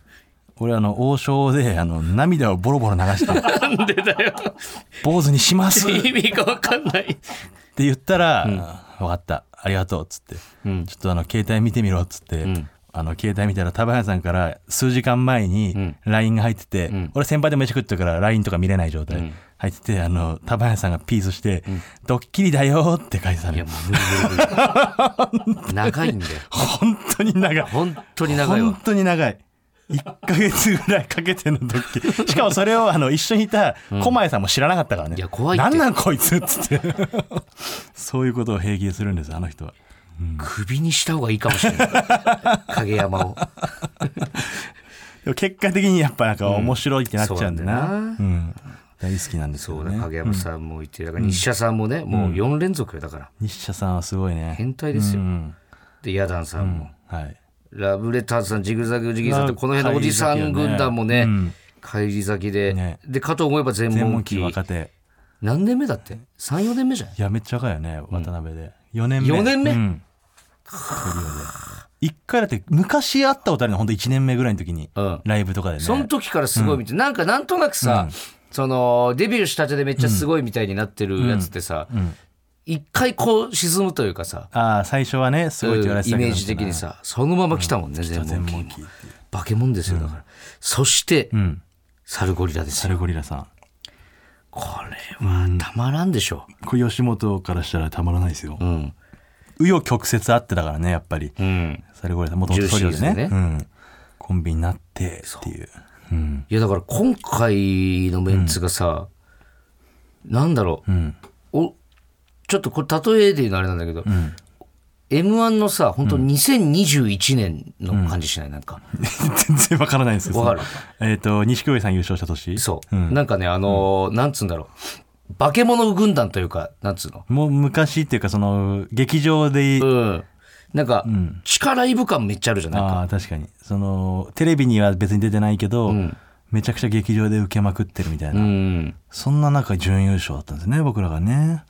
Speaker 3: 俺あの王将であの涙をボロボロ流して
Speaker 2: なんでだよ
Speaker 3: 坊主にし
Speaker 2: <laughs>
Speaker 3: ますって
Speaker 2: 意味がわかんない
Speaker 3: 言ったら、分かったありがとうっつって、
Speaker 2: うん
Speaker 3: ちょっとあの携帯見てみろっつって、
Speaker 2: ん
Speaker 3: あの携帯見たら田原さんから数時間前に
Speaker 2: ん
Speaker 3: LINE が入ってて、
Speaker 2: ん
Speaker 3: 俺先輩で飯食ってるから LINE とか見れない状態、
Speaker 2: うん
Speaker 3: 入っててあの田原さんがピースして、ドッキリだよ」って書いてたの
Speaker 2: いや
Speaker 3: よ
Speaker 2: もう無理無理無理長いんだよ
Speaker 3: 本当に長い
Speaker 2: 本当に長い
Speaker 3: 本
Speaker 2: わ
Speaker 3: 当に長い1ヶ月ぐらいかけてのド
Speaker 2: <laughs>
Speaker 3: ッキリしかもそれをあの一緒にいた狛江さんも知らなかったからね、
Speaker 2: いや怖いって
Speaker 3: なんなんこいつっつってそういうことを平気でするんですあの人は
Speaker 2: クビにした方がいいかもしれない影山を
Speaker 3: でも結果的にやっぱなんか面白いってなっちゃうんだな,、
Speaker 2: そううんなん
Speaker 3: 大好きなんです
Speaker 2: そ
Speaker 3: よ
Speaker 2: う
Speaker 3: ね
Speaker 2: だ影山さんもいてだから日社さんもねもう4連続よだから
Speaker 3: 日社さんはすごいね
Speaker 2: 変態ですよ
Speaker 3: うん
Speaker 2: でヤダンさんも
Speaker 3: はい
Speaker 2: ラブレターズさんジグザグジギーさんとこの辺のおじさん軍団もね帰り咲きで
Speaker 3: ね
Speaker 2: でかと思えば全
Speaker 3: 全
Speaker 2: 問
Speaker 3: 問期
Speaker 2: 期
Speaker 3: 若手
Speaker 2: 何年目だって34年目じゃない
Speaker 3: いやめっちゃ若いよね渡辺で、4年目
Speaker 2: 4年目
Speaker 3: うんトリオで一回だって昔会ったことあるの本当1年目ぐらいの時に、
Speaker 2: うん
Speaker 3: ライブとかでね
Speaker 2: その時からすごいみたいな、なんかなんとなくさ、そのデビューしたてでめっちゃすごいみたいになってるやつってさ、一回こう沈むというかさ、
Speaker 3: ああ最初はねすごいって言われて
Speaker 2: イ
Speaker 3: たけど
Speaker 2: メージ的にさ、そのまま来たもんね、全
Speaker 3: 全
Speaker 2: 問
Speaker 3: 問
Speaker 2: 金
Speaker 3: 期
Speaker 2: も。化け物ですよ、だから。そして、
Speaker 3: うん
Speaker 2: サルゴリラです
Speaker 3: サ
Speaker 2: よ。
Speaker 3: ルゴリラさん
Speaker 2: これはたまらんでしょ。
Speaker 3: これ吉本からしたらたまらないですよ
Speaker 2: うん。
Speaker 3: 紆余曲折あってだからねやっぱり
Speaker 2: うん。
Speaker 3: サルゴリラさんもともとトリオでね
Speaker 2: ジューシー
Speaker 3: う
Speaker 2: で
Speaker 3: ん、コンビになってっていううん
Speaker 2: いや、だから今回のメンツがさ、なんだろう、
Speaker 3: うん
Speaker 2: お、ちょっとこれ例えで言うのあれなんだけど、M1 のさ、本当2021年の感じしない、なんか。
Speaker 3: <laughs> 全然わからないですよ
Speaker 2: わかる
Speaker 3: そのえっ、と錦鯉さん優勝した年
Speaker 2: そう。なんかね、あのーなんつうんだろう。化け物軍団というか、なんつうの。
Speaker 3: もう昔っていうかその劇場で、
Speaker 2: うん。なんか、力いぶ感めっちゃあるじゃんないか。
Speaker 3: ああ確かにそのテレビには別に出てないけど、
Speaker 2: ん
Speaker 3: めちゃくちゃ劇場で受けまくってるみたいな、
Speaker 2: うん。
Speaker 3: そんな中準優勝だったんですね僕らがね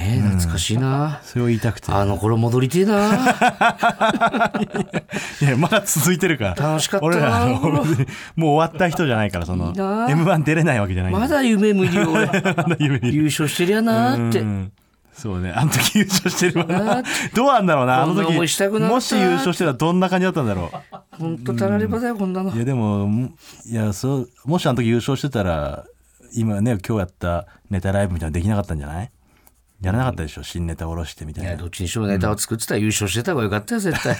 Speaker 2: えー懐かしいな。
Speaker 3: それを言いたくて
Speaker 2: あの頃戻りてえな。
Speaker 3: いやまだ続いてるから
Speaker 2: 楽しかったな
Speaker 3: 俺らあの別にもう終わった人じゃないからその
Speaker 2: いいな
Speaker 3: m 1出れないわけじゃないんで
Speaker 2: まだ夢無理よ、俺。
Speaker 3: <laughs> まだ夢見る
Speaker 2: 優勝してりゃなーって
Speaker 3: う。んそうねあの時優勝してるわなどうなんだろうなあ
Speaker 2: こ
Speaker 3: の
Speaker 2: んな
Speaker 3: 時
Speaker 2: 思いしたくなった
Speaker 3: もし優勝してたらどんな感じだったんだろ
Speaker 2: ほんとたらればだよ、こんなの
Speaker 3: うい。やでももいやそうもしあの時優勝してたら今ね今日やったネタライブみたいなのできなかったんじゃないやらなかったでしょ新ネタ下ろしてみた
Speaker 2: い
Speaker 3: いな
Speaker 2: やどっちにしろネタを作ってたら優勝してた方がよかったよ絶
Speaker 3: <laughs>
Speaker 2: 対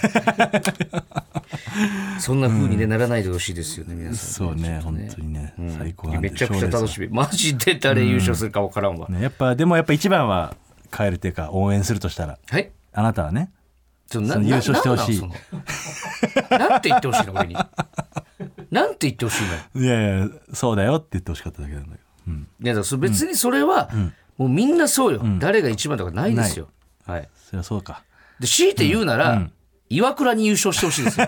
Speaker 2: そんな風にねならないでほしいですよね皆さん
Speaker 3: そうね本当にね、最高
Speaker 2: い
Speaker 3: な
Speaker 2: や
Speaker 3: ん
Speaker 2: め
Speaker 3: で
Speaker 2: ちゃくちゃ楽しみマジで誰優勝するか分からんわ
Speaker 3: ね、やっぱでもやっぱ一番は帰るっていうか応援するとしたら
Speaker 2: はい
Speaker 3: あなたはね
Speaker 2: ちょな
Speaker 3: その優勝してほしい
Speaker 2: ななんなんそのなんて言ってほしいの俺になんて言ってほしいのい
Speaker 3: いやいやそうだよって言ってほしかっただけなんだけど、うん、
Speaker 2: やだからそ別にそれは、もうみんなそうよ、誰が一番とかないですよはい
Speaker 3: それはそうか
Speaker 2: で強いて言うなら、岩倉に優勝してほしいんですよ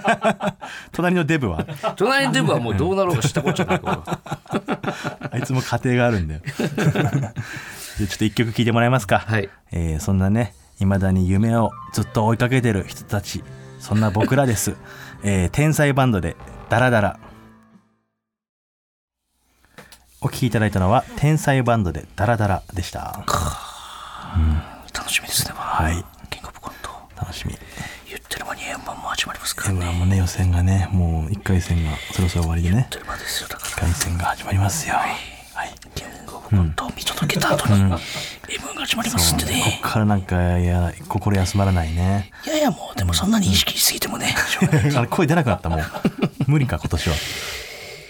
Speaker 3: 隣のデブは
Speaker 2: 隣のデブはもうどうなろうが知ったこっちゃないから
Speaker 3: あいつも家庭があるんだよ <laughs> じゃあちょっと一曲聴いてもらえますか、
Speaker 2: はい
Speaker 3: えーそんなねいまだに夢をずっと追いかけてる人たちそんな僕らです、
Speaker 2: <laughs>
Speaker 3: えー天才バンドで「ダラダラ」お聴きいただいたのは「天才バンドでダラダラ」でした
Speaker 2: 楽しみですねまあ
Speaker 3: はい
Speaker 2: キングオブコント
Speaker 3: 楽しみ
Speaker 2: 言ってる間に円盤も始まりますから
Speaker 3: m
Speaker 2: ね
Speaker 3: 1もね予選がねもう1回戦がそろそろ終わりでね
Speaker 2: 言ってる間ですよだから
Speaker 3: 1回戦が始まりますよはい
Speaker 2: キングオブコントを見届けた後に M が始まりますんで
Speaker 3: こっ
Speaker 2: ね
Speaker 3: からなんかいや心休まらないね
Speaker 2: いやいやもうでもそんなに意識しすぎてもねしょうがない
Speaker 3: <laughs> あれ声出なくな <laughs> ったもう無理か今年は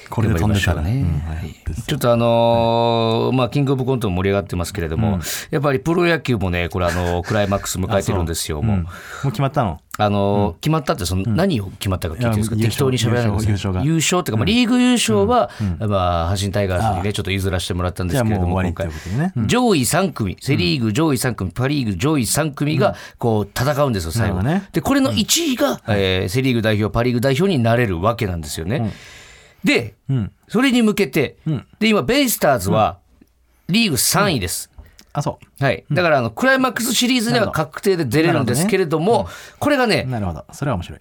Speaker 3: これで飛んでたら
Speaker 2: 頑張りましょうね
Speaker 3: うんはいです
Speaker 2: ちょっとあのーまあ、キングオブコントも盛り上がってますけれども、やっぱりプロ野球もね、これ、あ
Speaker 3: <laughs>
Speaker 2: のークライマックス迎えてるんですよ、もう。
Speaker 3: うんもう決まったの
Speaker 2: あのー決まったってその、何を決まったか聞いてるんですか、
Speaker 3: いや
Speaker 2: 適当に喋らないでください
Speaker 3: 優勝優勝が
Speaker 2: 優勝っていうか、まあ、リーグ優勝は、まあ、阪神タイガースにね、ちょっと譲らせてもらったんですけれども、
Speaker 3: じゃあもう終わ
Speaker 2: 今回
Speaker 3: りということでねう、
Speaker 2: 上位3組、セ・リーグ上位3組、パ・リーグ上位3組が、こう、戦うんですよ、最後
Speaker 3: なるほどね。
Speaker 2: で、これの1位が、えーセ・リーグ代表、パ・リーグ代表になれるわけなんですよね。で、
Speaker 3: うん
Speaker 2: それに向けて、
Speaker 3: ん
Speaker 2: で今ベイスターズはリーグ3位です。
Speaker 3: あそ
Speaker 2: はい、だからあのクライマックスシリーズには確定で出れるんですけれどもこれが
Speaker 3: う
Speaker 2: ね
Speaker 3: なるほどそれは面白い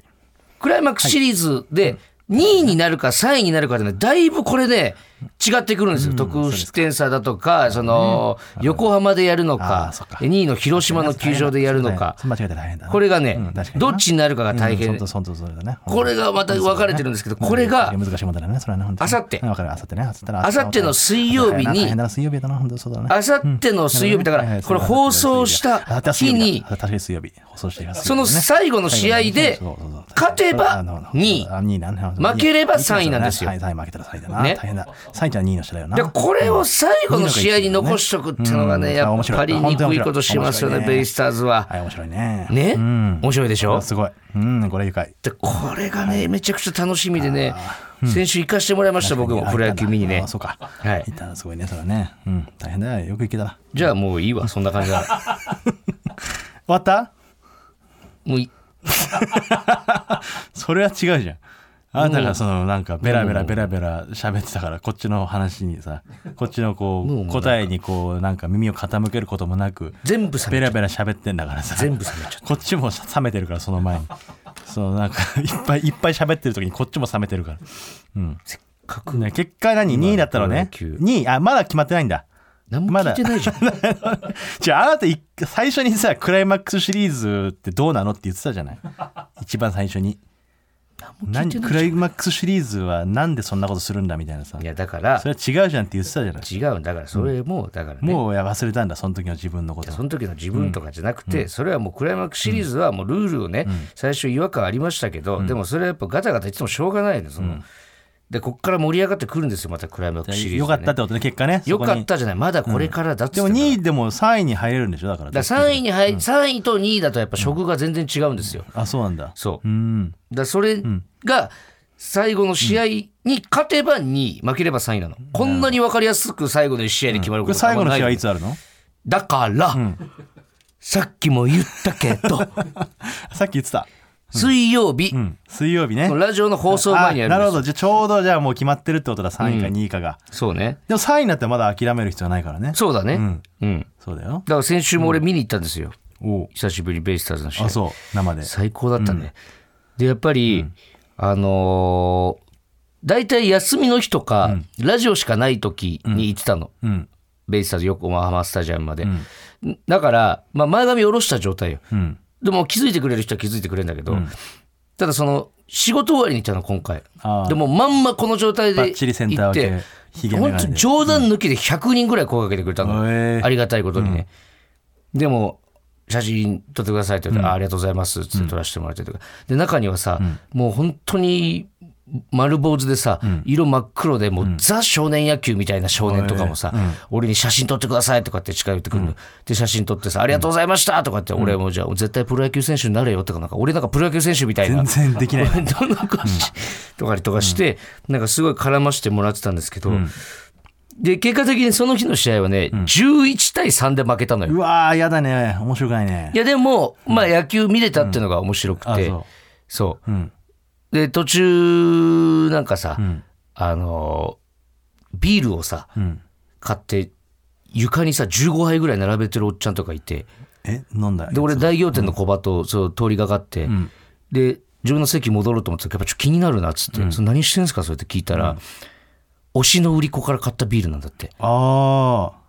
Speaker 2: クライマックスシリーズで2位になるか3位になるかでねだいぶこれね違ってくるんですよ得失点差だとかその横浜でやるの
Speaker 3: あー
Speaker 2: か
Speaker 3: そっか
Speaker 2: 2位の広島の球場でやるのか
Speaker 3: それ間違えたら大変だな
Speaker 2: これがね
Speaker 3: うん確かに
Speaker 2: ど
Speaker 3: な
Speaker 2: っちになるかが大
Speaker 3: う
Speaker 2: 変
Speaker 3: んそんとそんとそれだね
Speaker 2: これがまた分かれてるんですけどこれが
Speaker 3: うん難しい問題だねそれはね本当に
Speaker 2: 明後日
Speaker 3: うんわかる明後日ね明後日だな
Speaker 2: 明後日の水曜日に
Speaker 3: 大変だな水曜日だな本当そうだね
Speaker 2: あさっての水曜日だか
Speaker 3: はいは
Speaker 2: ら
Speaker 3: い
Speaker 2: これ放送した日に
Speaker 3: あ確か水曜日放送しています
Speaker 2: その最後の試合で
Speaker 3: そうそうそう
Speaker 2: 勝てば
Speaker 3: あなるほど
Speaker 2: 2位
Speaker 3: あ2位なんだ
Speaker 2: 負ければ3位なんですよ
Speaker 3: はいはい負けたら3位だな。
Speaker 2: ね
Speaker 3: 大変だ。3位じゃ2位の下だよな。
Speaker 2: でこれを最後の試合に残しとくっていうのがね、
Speaker 3: うん
Speaker 2: やっぱりにくいこと
Speaker 3: 面白
Speaker 2: しますよね、
Speaker 3: 面白い
Speaker 2: ベイスターズは。
Speaker 3: はい、面白いね。
Speaker 2: ね、
Speaker 3: うん。
Speaker 2: 面白いでし
Speaker 3: これ
Speaker 2: ょ
Speaker 3: はすごい。うん、これ愉快。
Speaker 2: でこれがね、めちゃくちゃ楽しみでね、先週行かしてもらいました、僕もプロ野球見にね
Speaker 3: あ。そうか。
Speaker 2: はい
Speaker 3: 行ったらすごいね、それはね。うん、大変だよ。よく行けたな。
Speaker 2: じゃあもういいわ、そんな感じだ
Speaker 3: <laughs>
Speaker 2: から。
Speaker 3: 終わった
Speaker 2: もうい
Speaker 3: それは違うじゃん。あなたがそのなんかベラベラベラベラ喋ってたからこっちの話にさこっちのこ
Speaker 2: もう
Speaker 3: う
Speaker 2: もう
Speaker 3: 答えにこうなんか耳を傾けることもなく
Speaker 2: 全部冷めちゃ
Speaker 3: ベラ
Speaker 2: う
Speaker 3: ベラ喋ってんだからさ
Speaker 2: 全部冷めちゃった
Speaker 3: こっちも冷めてるからその前にそのなんか <laughs> いっぱいいっぱい喋ってる時にこっちも冷めてるからうん
Speaker 2: せっかく、
Speaker 3: ね結果何2位だったのね
Speaker 2: プロ野球
Speaker 3: 2位あまだ決まってないんだ
Speaker 2: 何も聞いてないじゃん。
Speaker 3: じゃああなたい最初にさクライマックスシリーズってどうなのって言ってたじ
Speaker 2: <laughs>
Speaker 3: ゃない一番最初に
Speaker 2: 何も聞いて
Speaker 3: 何
Speaker 2: ない
Speaker 3: クライマックスシリーズはなんでそんなことするんだみたいなさ
Speaker 2: いや、だから
Speaker 3: そ、れは違うじゃんって言ってたじゃな
Speaker 2: 違
Speaker 3: い
Speaker 2: うんだから、それも、だからね。
Speaker 3: もういや忘れたんだその時の自分のこと
Speaker 2: その時の自分とかじゃなくて、それはもうクライマックスシリーズはもうルールをね、最初違和感ありましたけど、でもそれはやっぱガタガタ言ってもしょうがないのその、でこっから盛り上がってくるんですよまたクライマックスシリーズ、ね、
Speaker 3: よかったってことね結果ね
Speaker 2: よか
Speaker 3: そこ
Speaker 2: っ
Speaker 3: に
Speaker 2: たじゃないまだこれからだっつって
Speaker 3: で
Speaker 2: た
Speaker 3: も
Speaker 2: から
Speaker 3: 2位でも3位に入れるんでしょだから
Speaker 2: だから3位に入、3位と2位だとやっぱ職が全然違うんですよ、
Speaker 3: あそうなんだ
Speaker 2: そうだ
Speaker 3: う
Speaker 2: か
Speaker 3: ん
Speaker 2: らそれが最後の試合に勝てば2位負ければ3位なの、こんなに分かりやすく最後の1試合で決まる
Speaker 3: こ
Speaker 2: こ
Speaker 3: れ
Speaker 2: とってあ
Speaker 3: 最
Speaker 2: んま
Speaker 3: 後の
Speaker 2: ない
Speaker 3: 試
Speaker 2: よ
Speaker 3: 合いつあるの
Speaker 2: だから、さっきも言ったけど
Speaker 3: さっき言ってた
Speaker 2: 水曜日、
Speaker 3: うん水曜日ね
Speaker 2: ラジオの放送前にやる
Speaker 3: あ
Speaker 2: ん
Speaker 3: な
Speaker 2: で
Speaker 3: る
Speaker 2: す
Speaker 3: ほどじゃあちょうどじゃあもう決まってるってことだ3位か2位かが、
Speaker 2: そうね。
Speaker 3: でも3位になってまだ諦める必要はないからね
Speaker 2: そうだね。う
Speaker 3: うん
Speaker 2: ん。
Speaker 3: そうだよ
Speaker 2: だから先週も俺見に行ったんですよ。
Speaker 3: おう
Speaker 2: 久しぶりにベイスターズの試合
Speaker 3: あ。そう生で
Speaker 2: 最高だったね。で、やっぱり、あのー大体休みの日とか、ラジオしかない時に行ってたの。
Speaker 3: うん
Speaker 2: ベイスターズ横浜スタジアムまで。だから、まあ、前髪下ろした状態よ。
Speaker 3: うん
Speaker 2: でも気づいてくれる人は気づいてくれるんだけど、ただその、仕事終わりに行ったの、今回。
Speaker 3: あー
Speaker 2: でもまんまこの状態で
Speaker 3: バッチリセンタ
Speaker 2: 行
Speaker 3: ー
Speaker 2: っ
Speaker 3: 分
Speaker 2: て
Speaker 3: け、ひげ眼
Speaker 2: 本
Speaker 3: 鏡
Speaker 2: 当
Speaker 3: で
Speaker 2: 冗談抜きで100人ぐらい声かけてくれたの、
Speaker 3: へえ
Speaker 2: ありがたいことにね、でも写真撮ってくださいって言って、あありがとうございますって撮らせてもらってとか、で中にはさ、もう本当に丸坊主でさ、色真っ黒でもうザ少年野球みたいな少年とかもさ、俺に写真撮ってくださいとかって近寄ってくるの、で写真撮ってさありがとうございましたとかって、俺もじゃあ絶対プロ野球選手になれよとかなんか俺なんかプロ野球選手みたいな
Speaker 3: 全
Speaker 2: <laughs>
Speaker 3: 然できない
Speaker 2: どんな感じとかとかして、なんかすごい絡ましてもらってたんですけど、で結果的にその日の試合はね、11対3で負けたの
Speaker 3: <laughs> う
Speaker 2: よ。
Speaker 3: わーやだね面白くないね
Speaker 2: いやでも、まあ、野球見れたっていうのが面白く
Speaker 3: あ
Speaker 2: て、
Speaker 3: そ
Speaker 2: そう
Speaker 3: ううん
Speaker 2: で途中なんかさ、
Speaker 3: ん
Speaker 2: あのービールをさ
Speaker 3: うん
Speaker 2: 買って床にさ15杯ぐらい並べてるおっちゃんとかいて
Speaker 3: え飲んだ
Speaker 2: で俺大行店の小場とそう通りがかって、
Speaker 3: ん
Speaker 2: で自分の席戻ろうと思ってたけどやっぱちょっと気になるなっつって、それ何してんすかそれって聞いたら、推しの売り子から買ったビールなんだって
Speaker 3: ああ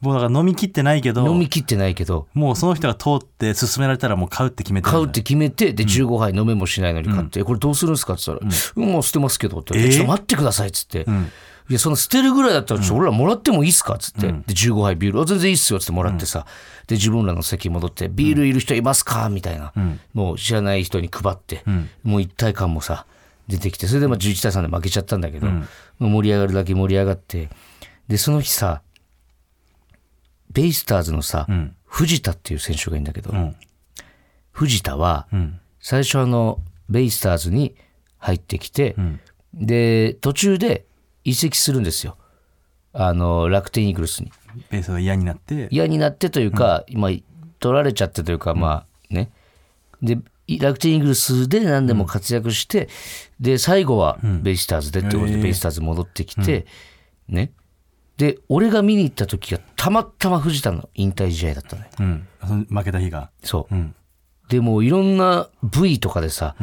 Speaker 3: もうだから飲み切ってないけど
Speaker 2: 飲み切ってないけど
Speaker 3: もうその人が通って勧められたらもう買うって決めてる
Speaker 2: 買
Speaker 3: ん
Speaker 2: う
Speaker 3: だ
Speaker 2: って決めてで15杯飲めもしないのに買って、これどうするんですかって言ったら「うん、もう捨てますけど」って、
Speaker 3: えー
Speaker 2: ちょっと待ってください」っつって、いやその捨てるぐらいだったらちょっと俺らもらってもいいっすか?」っつって、で15杯ビールあ「全然いいっすよ」っつってもらってさ、で自分らの席戻って「ビールいる人いますか?」みたいな、もう知らない人に配って、もう一体感もさ出てきてそれでまあ11対3で負けちゃったんだけど、もう盛り上がるだけ盛り上がってでその日さベイスターズのさ、藤田っていう選手がいるんだけど、藤田は、最初あのベイスターズに入ってきて、で途中で移籍するんですよあの楽天イーグルスに
Speaker 3: ベースが嫌になって
Speaker 2: 嫌になってというか、今取られちゃってというか、まあねで楽天イーグルスで何でも活躍して、で最後はベイスターズでってことで、ベイスターズ戻ってきて、ねで俺が見に行った時がたまたま藤田の引退試合だったのよ
Speaker 3: うんその負けた日が
Speaker 2: そう、
Speaker 3: ん
Speaker 2: でもういろんな部位とかでさ、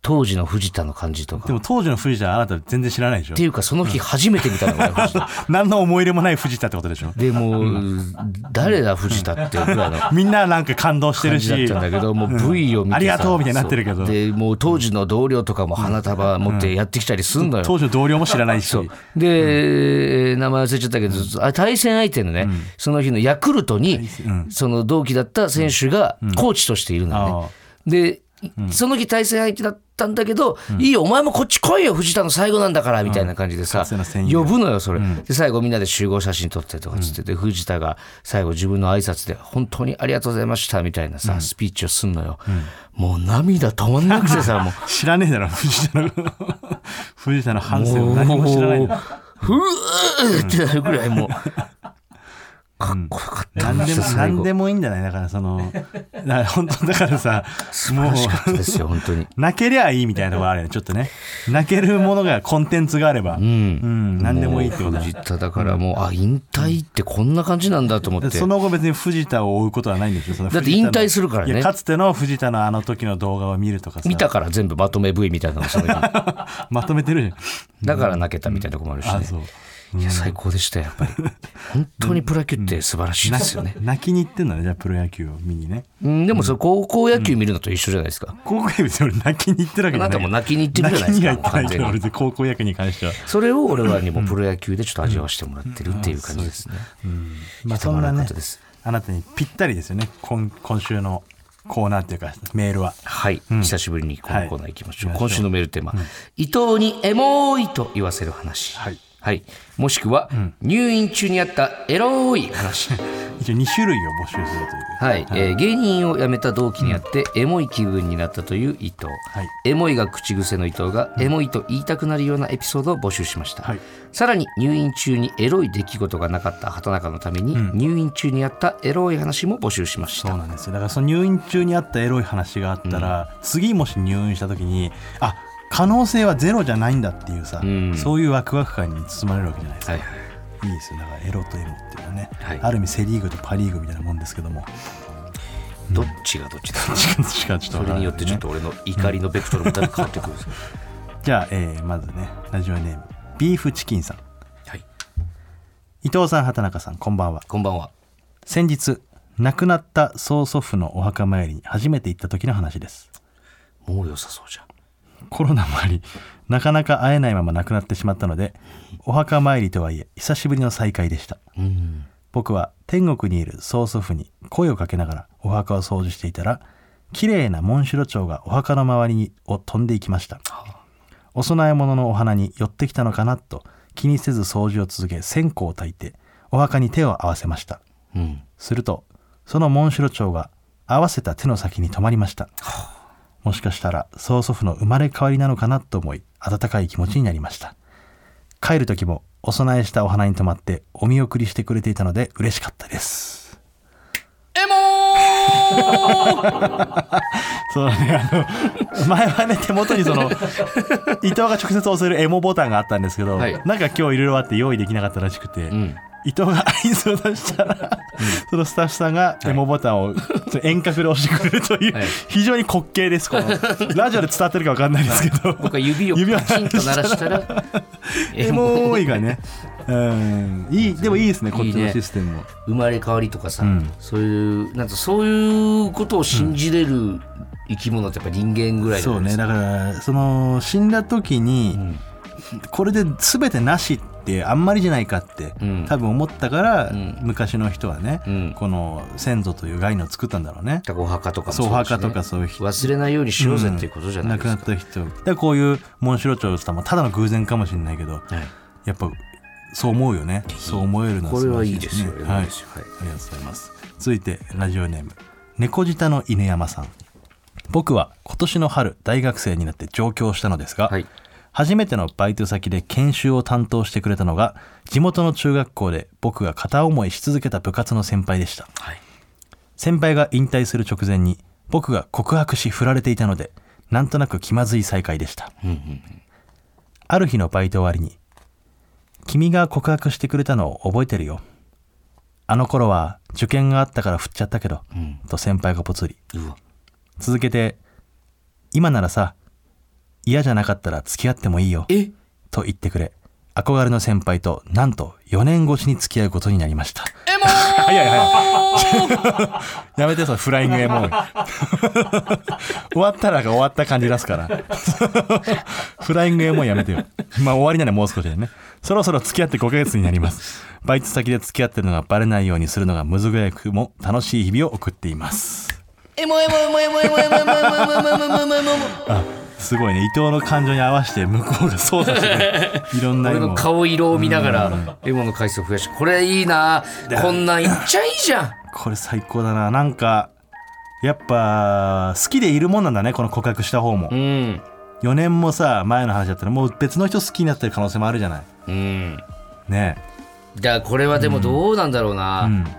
Speaker 2: 当時の藤田の感じとか
Speaker 3: で
Speaker 2: っ
Speaker 3: も当時の藤田あなた全然知らないでしょ <laughs>
Speaker 2: ていうかその日初めて見たの俺藤田
Speaker 3: 何の思い入れもない藤田ってことでしょ
Speaker 2: でもう誰だ藤田ってぐらいの
Speaker 3: みんななんか感動して
Speaker 2: 感
Speaker 3: る
Speaker 2: じだっ
Speaker 3: した
Speaker 2: んだけど、もう V を見てさ、
Speaker 3: ありがとうみたいになってるけ
Speaker 2: そ
Speaker 3: ど
Speaker 2: うでもう当時の同僚とかも花束持ってやってきたりすんのよ。
Speaker 3: 当時の同僚も知らないし
Speaker 2: で、名前忘れちゃったけど、あ対戦相手のね、その日のヤクルトに、その同期だった選手がコーチとしているの
Speaker 3: あ
Speaker 2: よね。で、その日対戦相手だったんだけど、いいよ、お前もこっち来いよ、藤田の最後なんだから、みたいな感じでさ
Speaker 3: つての、戦友
Speaker 2: 呼ぶのよ、それ。で、最後みんなで集合写真撮ってとかつって、で、藤田が最後自分の挨拶で、本当にありがとうございました、みたいなさ、スピーチをすんのよ。もう涙止まんなくてさ、もう。
Speaker 3: 知らねえだろ
Speaker 2: <laughs>
Speaker 3: 藤田の藤田の反省を何も知らないんだ
Speaker 2: ふうーってなるぐらいもう、かっこよかったん
Speaker 3: 何
Speaker 2: で
Speaker 3: ですも
Speaker 2: よ、最
Speaker 3: 何
Speaker 2: 後
Speaker 3: で。もいいんじゃないだからそのだから本当だからさ
Speaker 2: 素晴
Speaker 3: もう
Speaker 2: らしかったですよ、本当に。
Speaker 3: 泣けりゃいいみたいなところあるよねちょっとね泣けるものがコンテンツがあれば、うん何でもいいってことだ
Speaker 2: 藤田だからもう、あ、引退ってこんな感じなんだと思っ
Speaker 3: で
Speaker 2: て
Speaker 3: そ。の後別に藤田を追うことはないんでしょその
Speaker 2: だって
Speaker 3: 藤田の
Speaker 2: 引退するからね
Speaker 3: いやかつての藤田のあの時の動画を見るとかさ
Speaker 2: 見たから全部まとめ V みたいなのその日
Speaker 3: <laughs> まとめてるじゃ
Speaker 2: だ
Speaker 3: ん
Speaker 2: から泣けたみたいなとこもあるし <laughs>
Speaker 3: あ
Speaker 2: ね。
Speaker 3: そう
Speaker 2: いや、最高でしたよ、やっぱり。本当にプロ野球って素晴らしいですよね。
Speaker 3: 泣きに行ってんだねじゃあプロ野球を見にね
Speaker 2: うん、でもそれ高校野球見るのと一緒じゃないですか。
Speaker 3: 高校野球別に俺泣きに行ってるわけ
Speaker 2: あ
Speaker 3: じゃ
Speaker 2: な
Speaker 3: な
Speaker 2: た
Speaker 3: い
Speaker 2: も泣きに行ってるじゃない
Speaker 3: 泣きには
Speaker 2: で
Speaker 3: 行
Speaker 2: す
Speaker 3: っ
Speaker 2: か、
Speaker 3: てな
Speaker 2: 完
Speaker 3: いけ
Speaker 2: 全
Speaker 3: ど
Speaker 2: に。
Speaker 3: 別に高校野球に関しては
Speaker 2: それを俺らにもプロ野球でちょっと味わわせてもらってるっていう感じですね。
Speaker 3: まあ
Speaker 2: た
Speaker 3: そ
Speaker 2: ま
Speaker 3: ん
Speaker 2: らなか
Speaker 3: なね
Speaker 2: ったです
Speaker 3: あなたにぴったりですよね今今週のコーナーっていうかメールは
Speaker 2: はい、久しぶりにこのコーナー行きましょう、
Speaker 3: はい
Speaker 2: 今週のメールテーマ、伊藤にエモーいと言わせる話、
Speaker 3: はい
Speaker 2: もしくは、入院中にあったエロい
Speaker 3: <laughs>
Speaker 2: 話
Speaker 3: 一応2種類を募集するという
Speaker 2: はい、えー芸人を辞めた同期にあって、エモい気分になったという伊藤、
Speaker 3: はい
Speaker 2: エモいが口癖の伊藤が、エモいと言いたくなるようなエピソードを募集しました、
Speaker 3: はい
Speaker 2: さらに入院中にエロい出来事がなかった畑中のために、入院中にあったエロい話も募集しまし
Speaker 3: そう
Speaker 2: た
Speaker 3: なんですよだからその入院中にあったエロい話があったら、次もし入院した時にあ可能性はゼロじゃないんだっていうさ、
Speaker 2: ん
Speaker 3: そういうワクワク感に包まれるわけじゃないですか、
Speaker 2: はい
Speaker 3: い、いですよだからエロとエモっていうのはね、
Speaker 2: はい
Speaker 3: ある意味セ・リーグとパ・リーグみたいなもんですけども <laughs>
Speaker 2: どっちがどっちだ
Speaker 3: しかちょっと
Speaker 2: そ
Speaker 3: わ
Speaker 2: れ
Speaker 3: からない
Speaker 2: によってちょっと俺の怒りのベクトルもだいぶ変わってくる
Speaker 3: <laughs>
Speaker 2: んですよ
Speaker 3: じゃあ、えーまずねラジオネームビーフチキンさん
Speaker 2: はい
Speaker 3: 伊藤さん畑中さんこんばんは
Speaker 2: こんばんは
Speaker 3: 先日亡くなった曽祖父のお墓参りに初めて行った時の話です
Speaker 2: もう良さそうじゃん
Speaker 3: コロナもありなかなか会えないまま亡くなってしまったのでお墓参りとはいえ久しぶりの再会でした
Speaker 2: うん
Speaker 3: 僕は天国にいる曽祖父に声をかけながらお墓を掃除していたら綺麗なモンシロチョウがお墓の周りにを飛んでいきましたお供え物のお花に寄ってきたのかなと気にせず掃除を続け線香を焚いてお墓に手を合わせました
Speaker 2: うん
Speaker 3: するとそのモンシロチョウが合わせた手の先に止まりましたもしかしたら曽祖父の生まれ変わりなのかなと思い温かい気持ちになりました帰る時もお供えしたお花に泊まってお見送りしてくれていたので嬉しかったですエモーそうねあの前はね手元にそ <laughs> の伊藤が直接押せるエモボタンがあったんですけど、
Speaker 2: はい
Speaker 3: なんか今日いろいろあって用意できなかったらしくて、
Speaker 2: うん
Speaker 3: 伊藤が合図を出したら、そのスタッフさんがエモボタンをちょっと遠隔で押してくれるという、
Speaker 2: はい
Speaker 3: 非常に滑稽ですこのラジオで伝わってるか分かんないですけど
Speaker 2: 僕は指を
Speaker 3: 指を
Speaker 2: カチンと鳴らした
Speaker 3: <laughs>
Speaker 2: ら
Speaker 3: エモーいがねうんいいでもいいですねこっち
Speaker 2: いい
Speaker 3: の
Speaker 2: ね
Speaker 3: システムも
Speaker 2: 生まれ変わりとかさ、
Speaker 3: ん
Speaker 2: そういうなんかそういうことを信じれる生き物ってやっぱ人間ぐらいじゃ
Speaker 3: そう
Speaker 2: ないです
Speaker 3: ね
Speaker 2: か
Speaker 3: だからその死んだ時に、これで全てなしってあんまりじゃないかって、
Speaker 2: うん
Speaker 3: 多分思ったから、
Speaker 2: ん
Speaker 3: 昔の人はね、
Speaker 2: うん
Speaker 3: この先祖という概念を作ったんだろうね。
Speaker 2: だからお墓とかも
Speaker 3: そうお
Speaker 2: だし
Speaker 3: 墓とかそういう人
Speaker 2: 忘れないようにしようぜっていうことじゃないですか、
Speaker 3: うん亡くなった人でこういうモンシロチョウって言ったらまあただの偶然かもしれないけど
Speaker 2: はい
Speaker 3: やっぱそう思うよねそう思えるのは
Speaker 2: こ
Speaker 3: 素
Speaker 2: れ
Speaker 3: 晴
Speaker 2: は
Speaker 3: ら
Speaker 2: い
Speaker 3: し
Speaker 2: い
Speaker 3: いで
Speaker 2: ですす
Speaker 3: ね
Speaker 2: よ、
Speaker 3: は
Speaker 2: はいいですよはい
Speaker 3: ありがとうございます続いてラジオネーム猫舌の犬山さん僕は今年の春大学生になって上京したのですが、
Speaker 2: はい
Speaker 3: 初めてのバイト先で研修を担当してくれたのが地元の中学校で僕が片思いし続けた部活の先輩でした
Speaker 2: はい
Speaker 3: 先輩が引退する直前に僕が告白し振られていたのでなんとなく気まずい再会でした、ある日のバイト終わりに「君が告白してくれたのを覚えてるよ」「あの頃は受験があったから振っちゃったけど」と先輩がぽつり
Speaker 2: うわ
Speaker 3: 続けて「今ならさ嫌じゃなかったら付き合ってもいいよ
Speaker 2: え」
Speaker 3: と言ってくれ憧れの先輩となんと4年越しに付き合うことになりましたエモ早い早いやめてそのフライングエモい終わったらが終わった感じ出すからフライングエモいやめてよまあ終わりならもう少しでねそろそろ付き合って5ヶ月になりますバイト先で付き合ってるのがバレないようにするのがむずがやくも楽しい日々を送っていますあすごいね伊藤の感情に合わせて向こうが操作してねいろんな
Speaker 2: 俺
Speaker 3: エモ
Speaker 2: の
Speaker 3: を
Speaker 2: 顔色を見ながらエモの回数を増やしてこれいいなこんなんいっちゃいいじゃん
Speaker 3: これ最高だななんかやっぱ好きでいるもんなんだねこの告白した方も
Speaker 2: うん
Speaker 3: 4年もさ前の話だったらもう別の人好きになってる可能性もあるじゃない
Speaker 2: うん
Speaker 3: ね
Speaker 2: だからこれはでもどうなんだろう
Speaker 3: え、う
Speaker 2: な、
Speaker 3: ん、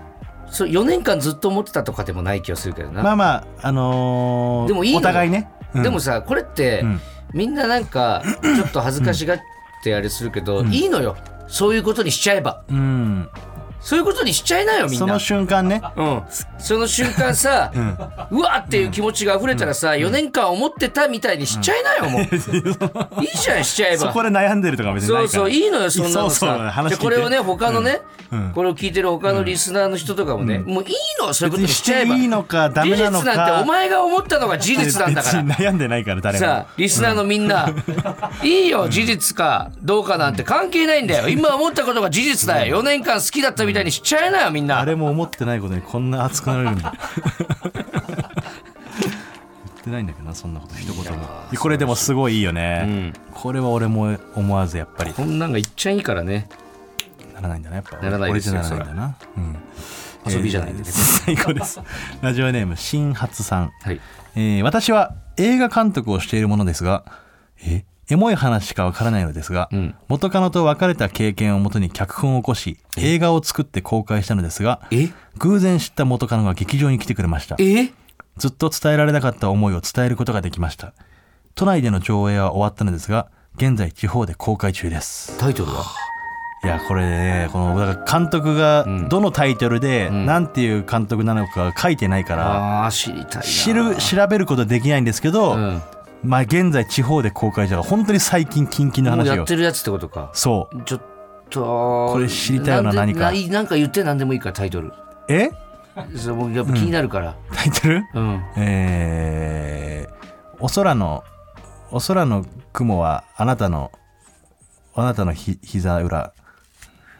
Speaker 2: そう4年間ずっと思ってたとかでもない気がするけどな、
Speaker 3: まあまああのー
Speaker 2: でもいいの
Speaker 3: お互いね、うん
Speaker 2: でもさこれって、
Speaker 3: うん
Speaker 2: みんななんかちょっと恥ずかしがってあれするけど、いいのよそういうことにしちゃえば
Speaker 3: うん
Speaker 2: そういうことにしちゃいなよみん
Speaker 3: そ
Speaker 2: な
Speaker 3: の瞬間ね
Speaker 2: うん、その瞬間
Speaker 3: <laughs>
Speaker 2: さ、うわっていう気持ちが溢れたらさ、4年間思ってたみたいにしちゃいなよ、もう。
Speaker 3: <laughs>
Speaker 2: いいじゃん、しちゃえ
Speaker 3: そこ
Speaker 2: ば。
Speaker 3: で悩んでるとかは別にない
Speaker 2: そ
Speaker 3: か
Speaker 2: う
Speaker 3: ら
Speaker 2: そう、いいのよ、そんなの
Speaker 3: そうそう
Speaker 2: さ。
Speaker 3: 話聞
Speaker 2: で
Speaker 3: いて
Speaker 2: これをね、他のね、
Speaker 3: うん
Speaker 2: これを聞いてる他のリスナーの人とかもね、もういいのよ、そういうこと
Speaker 3: 別
Speaker 2: に
Speaker 3: に
Speaker 2: し
Speaker 3: し
Speaker 2: ちゃえ
Speaker 3: て
Speaker 2: ば。
Speaker 3: いいのかダメなの
Speaker 2: 事実なんて
Speaker 3: か
Speaker 2: お前が思ったのが事実なんだから。
Speaker 3: 別に悩んでないから誰も
Speaker 2: さあリスナーのみんな、いいよ事実かどうかなんて関係ないんだよ今思ったことが事実だよ4年間好きだったみたいにしちゃえなよみんな
Speaker 3: 誰も思ってないことにこんな熱くなれるんだ言ってないんだけどなそんなこと一言もこれでもすごいいいよね、これは俺も思わずやっぱり
Speaker 2: こんなんがいっちゃいいからね
Speaker 3: ならないんだなやっぱ
Speaker 2: ならないですよ
Speaker 3: 俺じゃならないんだな、うん
Speaker 2: 遊びじゃないんだけど
Speaker 3: えー最
Speaker 2: <laughs>
Speaker 3: 高ですラジオネーム新発さん、
Speaker 2: はい
Speaker 3: えー私は映画監督をしているものですがえエモい話しかわからないのですが、
Speaker 2: ん
Speaker 3: 元カノと別れた経験をもとに脚本を起こし映画を作って公開したのですが
Speaker 2: え
Speaker 3: 偶然知った元カノが劇場に来てくれました
Speaker 2: え
Speaker 3: ずっと伝えられなかった思いを伝えることができました都内での上映は終わったのですが現在地方で公開中です
Speaker 2: タイトルはい
Speaker 3: やこれねこのだから監督がどのタイトルで何ていう監督なのか書いてないから、
Speaker 2: ああ知りたいな
Speaker 3: 知る調べることできないんですけど、
Speaker 2: うん
Speaker 3: まあ現在地方で公開中本当に最近近々の
Speaker 2: もう
Speaker 3: 話
Speaker 2: や
Speaker 3: よ
Speaker 2: ってるやつってことか
Speaker 3: そう
Speaker 2: ちょっと
Speaker 3: これ知りたいよなん
Speaker 2: で
Speaker 3: 何か
Speaker 2: いなんか言って何でもいいからタイトル
Speaker 3: え
Speaker 2: それもやっぱ気になるから
Speaker 3: タイトル
Speaker 2: うん、
Speaker 3: えーお空のお空の雲はあなたのあなたのひ膝裏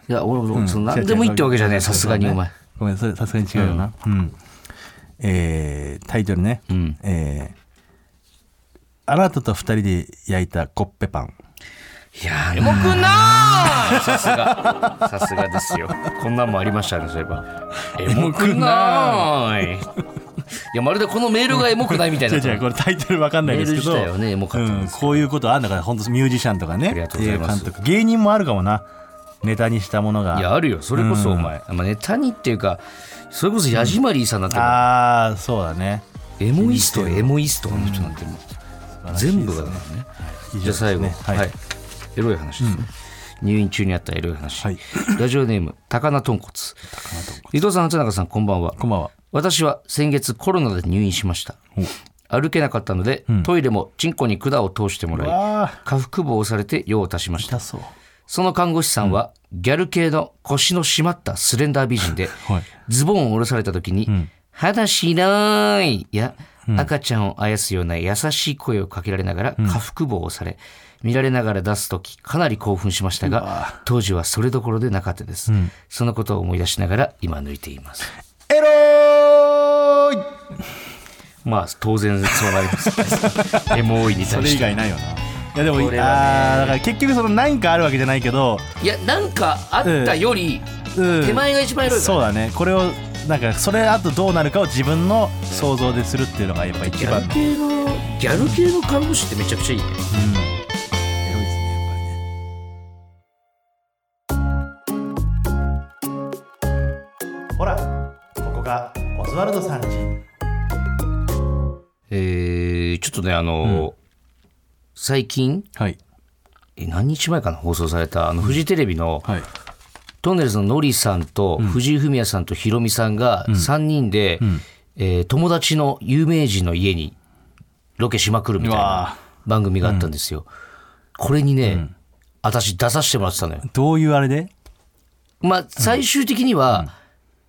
Speaker 2: いや俺
Speaker 3: う
Speaker 2: も
Speaker 3: ん
Speaker 2: その何でもいいってわけじゃねえさすがにお前
Speaker 3: ごめんそれさすがに違うよなうん、えータイトルね、
Speaker 2: ん
Speaker 3: えーあなたと二人で焼いたコッペパン
Speaker 2: いやーエモくないさすがさすがですよこんなんもありましたねそういえばエモくないいやまるでこのメールがエモくないみたい
Speaker 3: 違う
Speaker 2: な
Speaker 3: 違うこれタイトルわかんないですけ
Speaker 2: メ
Speaker 3: ど
Speaker 2: ール自体はねエモかったんですけ
Speaker 3: うんこういうことあんだから本当ミュージシャンとかね
Speaker 2: ありがとうございます
Speaker 3: 映画監督芸人もあるかもなネタにしたものが
Speaker 2: いやあるよそれこそお前、まあ、ネタにっていうかそれこそヤジマリーさんなんてもう
Speaker 3: ああそうだね
Speaker 2: エモイストエモイストあの人なんてもう全部がだ
Speaker 3: 素
Speaker 2: から
Speaker 3: 晴らし
Speaker 2: ね
Speaker 3: いですね
Speaker 2: じゃあ最後、
Speaker 3: 以上です
Speaker 2: はい、
Speaker 3: ねはい
Speaker 2: エロい話ですね、入院中にあったエロい話、
Speaker 3: はい
Speaker 2: ラジオネーム高菜豚骨伊藤さん畑中さんこんばんは
Speaker 3: こんばんは
Speaker 2: 私は先月コロナで入院しました歩けなかったので、トイレもチンコに管を通してもらい
Speaker 3: あ
Speaker 2: 下腹部を押されて用を足しました
Speaker 3: 痛そう
Speaker 2: その看護師さんは、ギャル系の腰の締まったスレンダー美人で、
Speaker 3: はい
Speaker 2: ズボンを下ろされた時に、肌白いや、赤ちゃんをあやすような優しい声をかけられながら下腹部を押され、見られながら出す時かなり興奮しましたが当時はそれどころでなかったです、そのことを思い出しながら今抜いています
Speaker 3: エローい
Speaker 2: まあ当然そうなります
Speaker 3: <laughs>
Speaker 2: ねエモいに
Speaker 3: そ
Speaker 2: 対
Speaker 3: れ以
Speaker 2: して
Speaker 3: 外ないよな。いやでも、
Speaker 2: これはね
Speaker 3: ああだから結局その何かあるわけじゃないけど、
Speaker 2: いやなんかあったより、
Speaker 3: うん
Speaker 2: 手前が一番エロいか
Speaker 3: そう
Speaker 2: ら
Speaker 3: だねこれをなんかそれあとどうなるかを自分の想像でするっていうのがやっぱ一
Speaker 2: ギャ
Speaker 3: 番
Speaker 2: ル
Speaker 3: の、
Speaker 2: 系のギャル系の看護師ってめちゃくちゃいいね
Speaker 3: うんエロいですねやっぱりねほらここがオズワルドさんち
Speaker 2: えーちょっとね、あの、最近、
Speaker 3: はい
Speaker 2: え何日前かな、放送された、あの、フジテレビの、
Speaker 3: はい
Speaker 2: トンネルズのノリさんと、藤井フミヤさんとヒロミさんが、3人で、えー友達の有名人の家に、ロケしまくるみたいうな
Speaker 3: わ
Speaker 2: 番組があったんですよ。これにね、私出させてもらってたのよ。
Speaker 3: どういうあれで
Speaker 2: まあ、最終的には、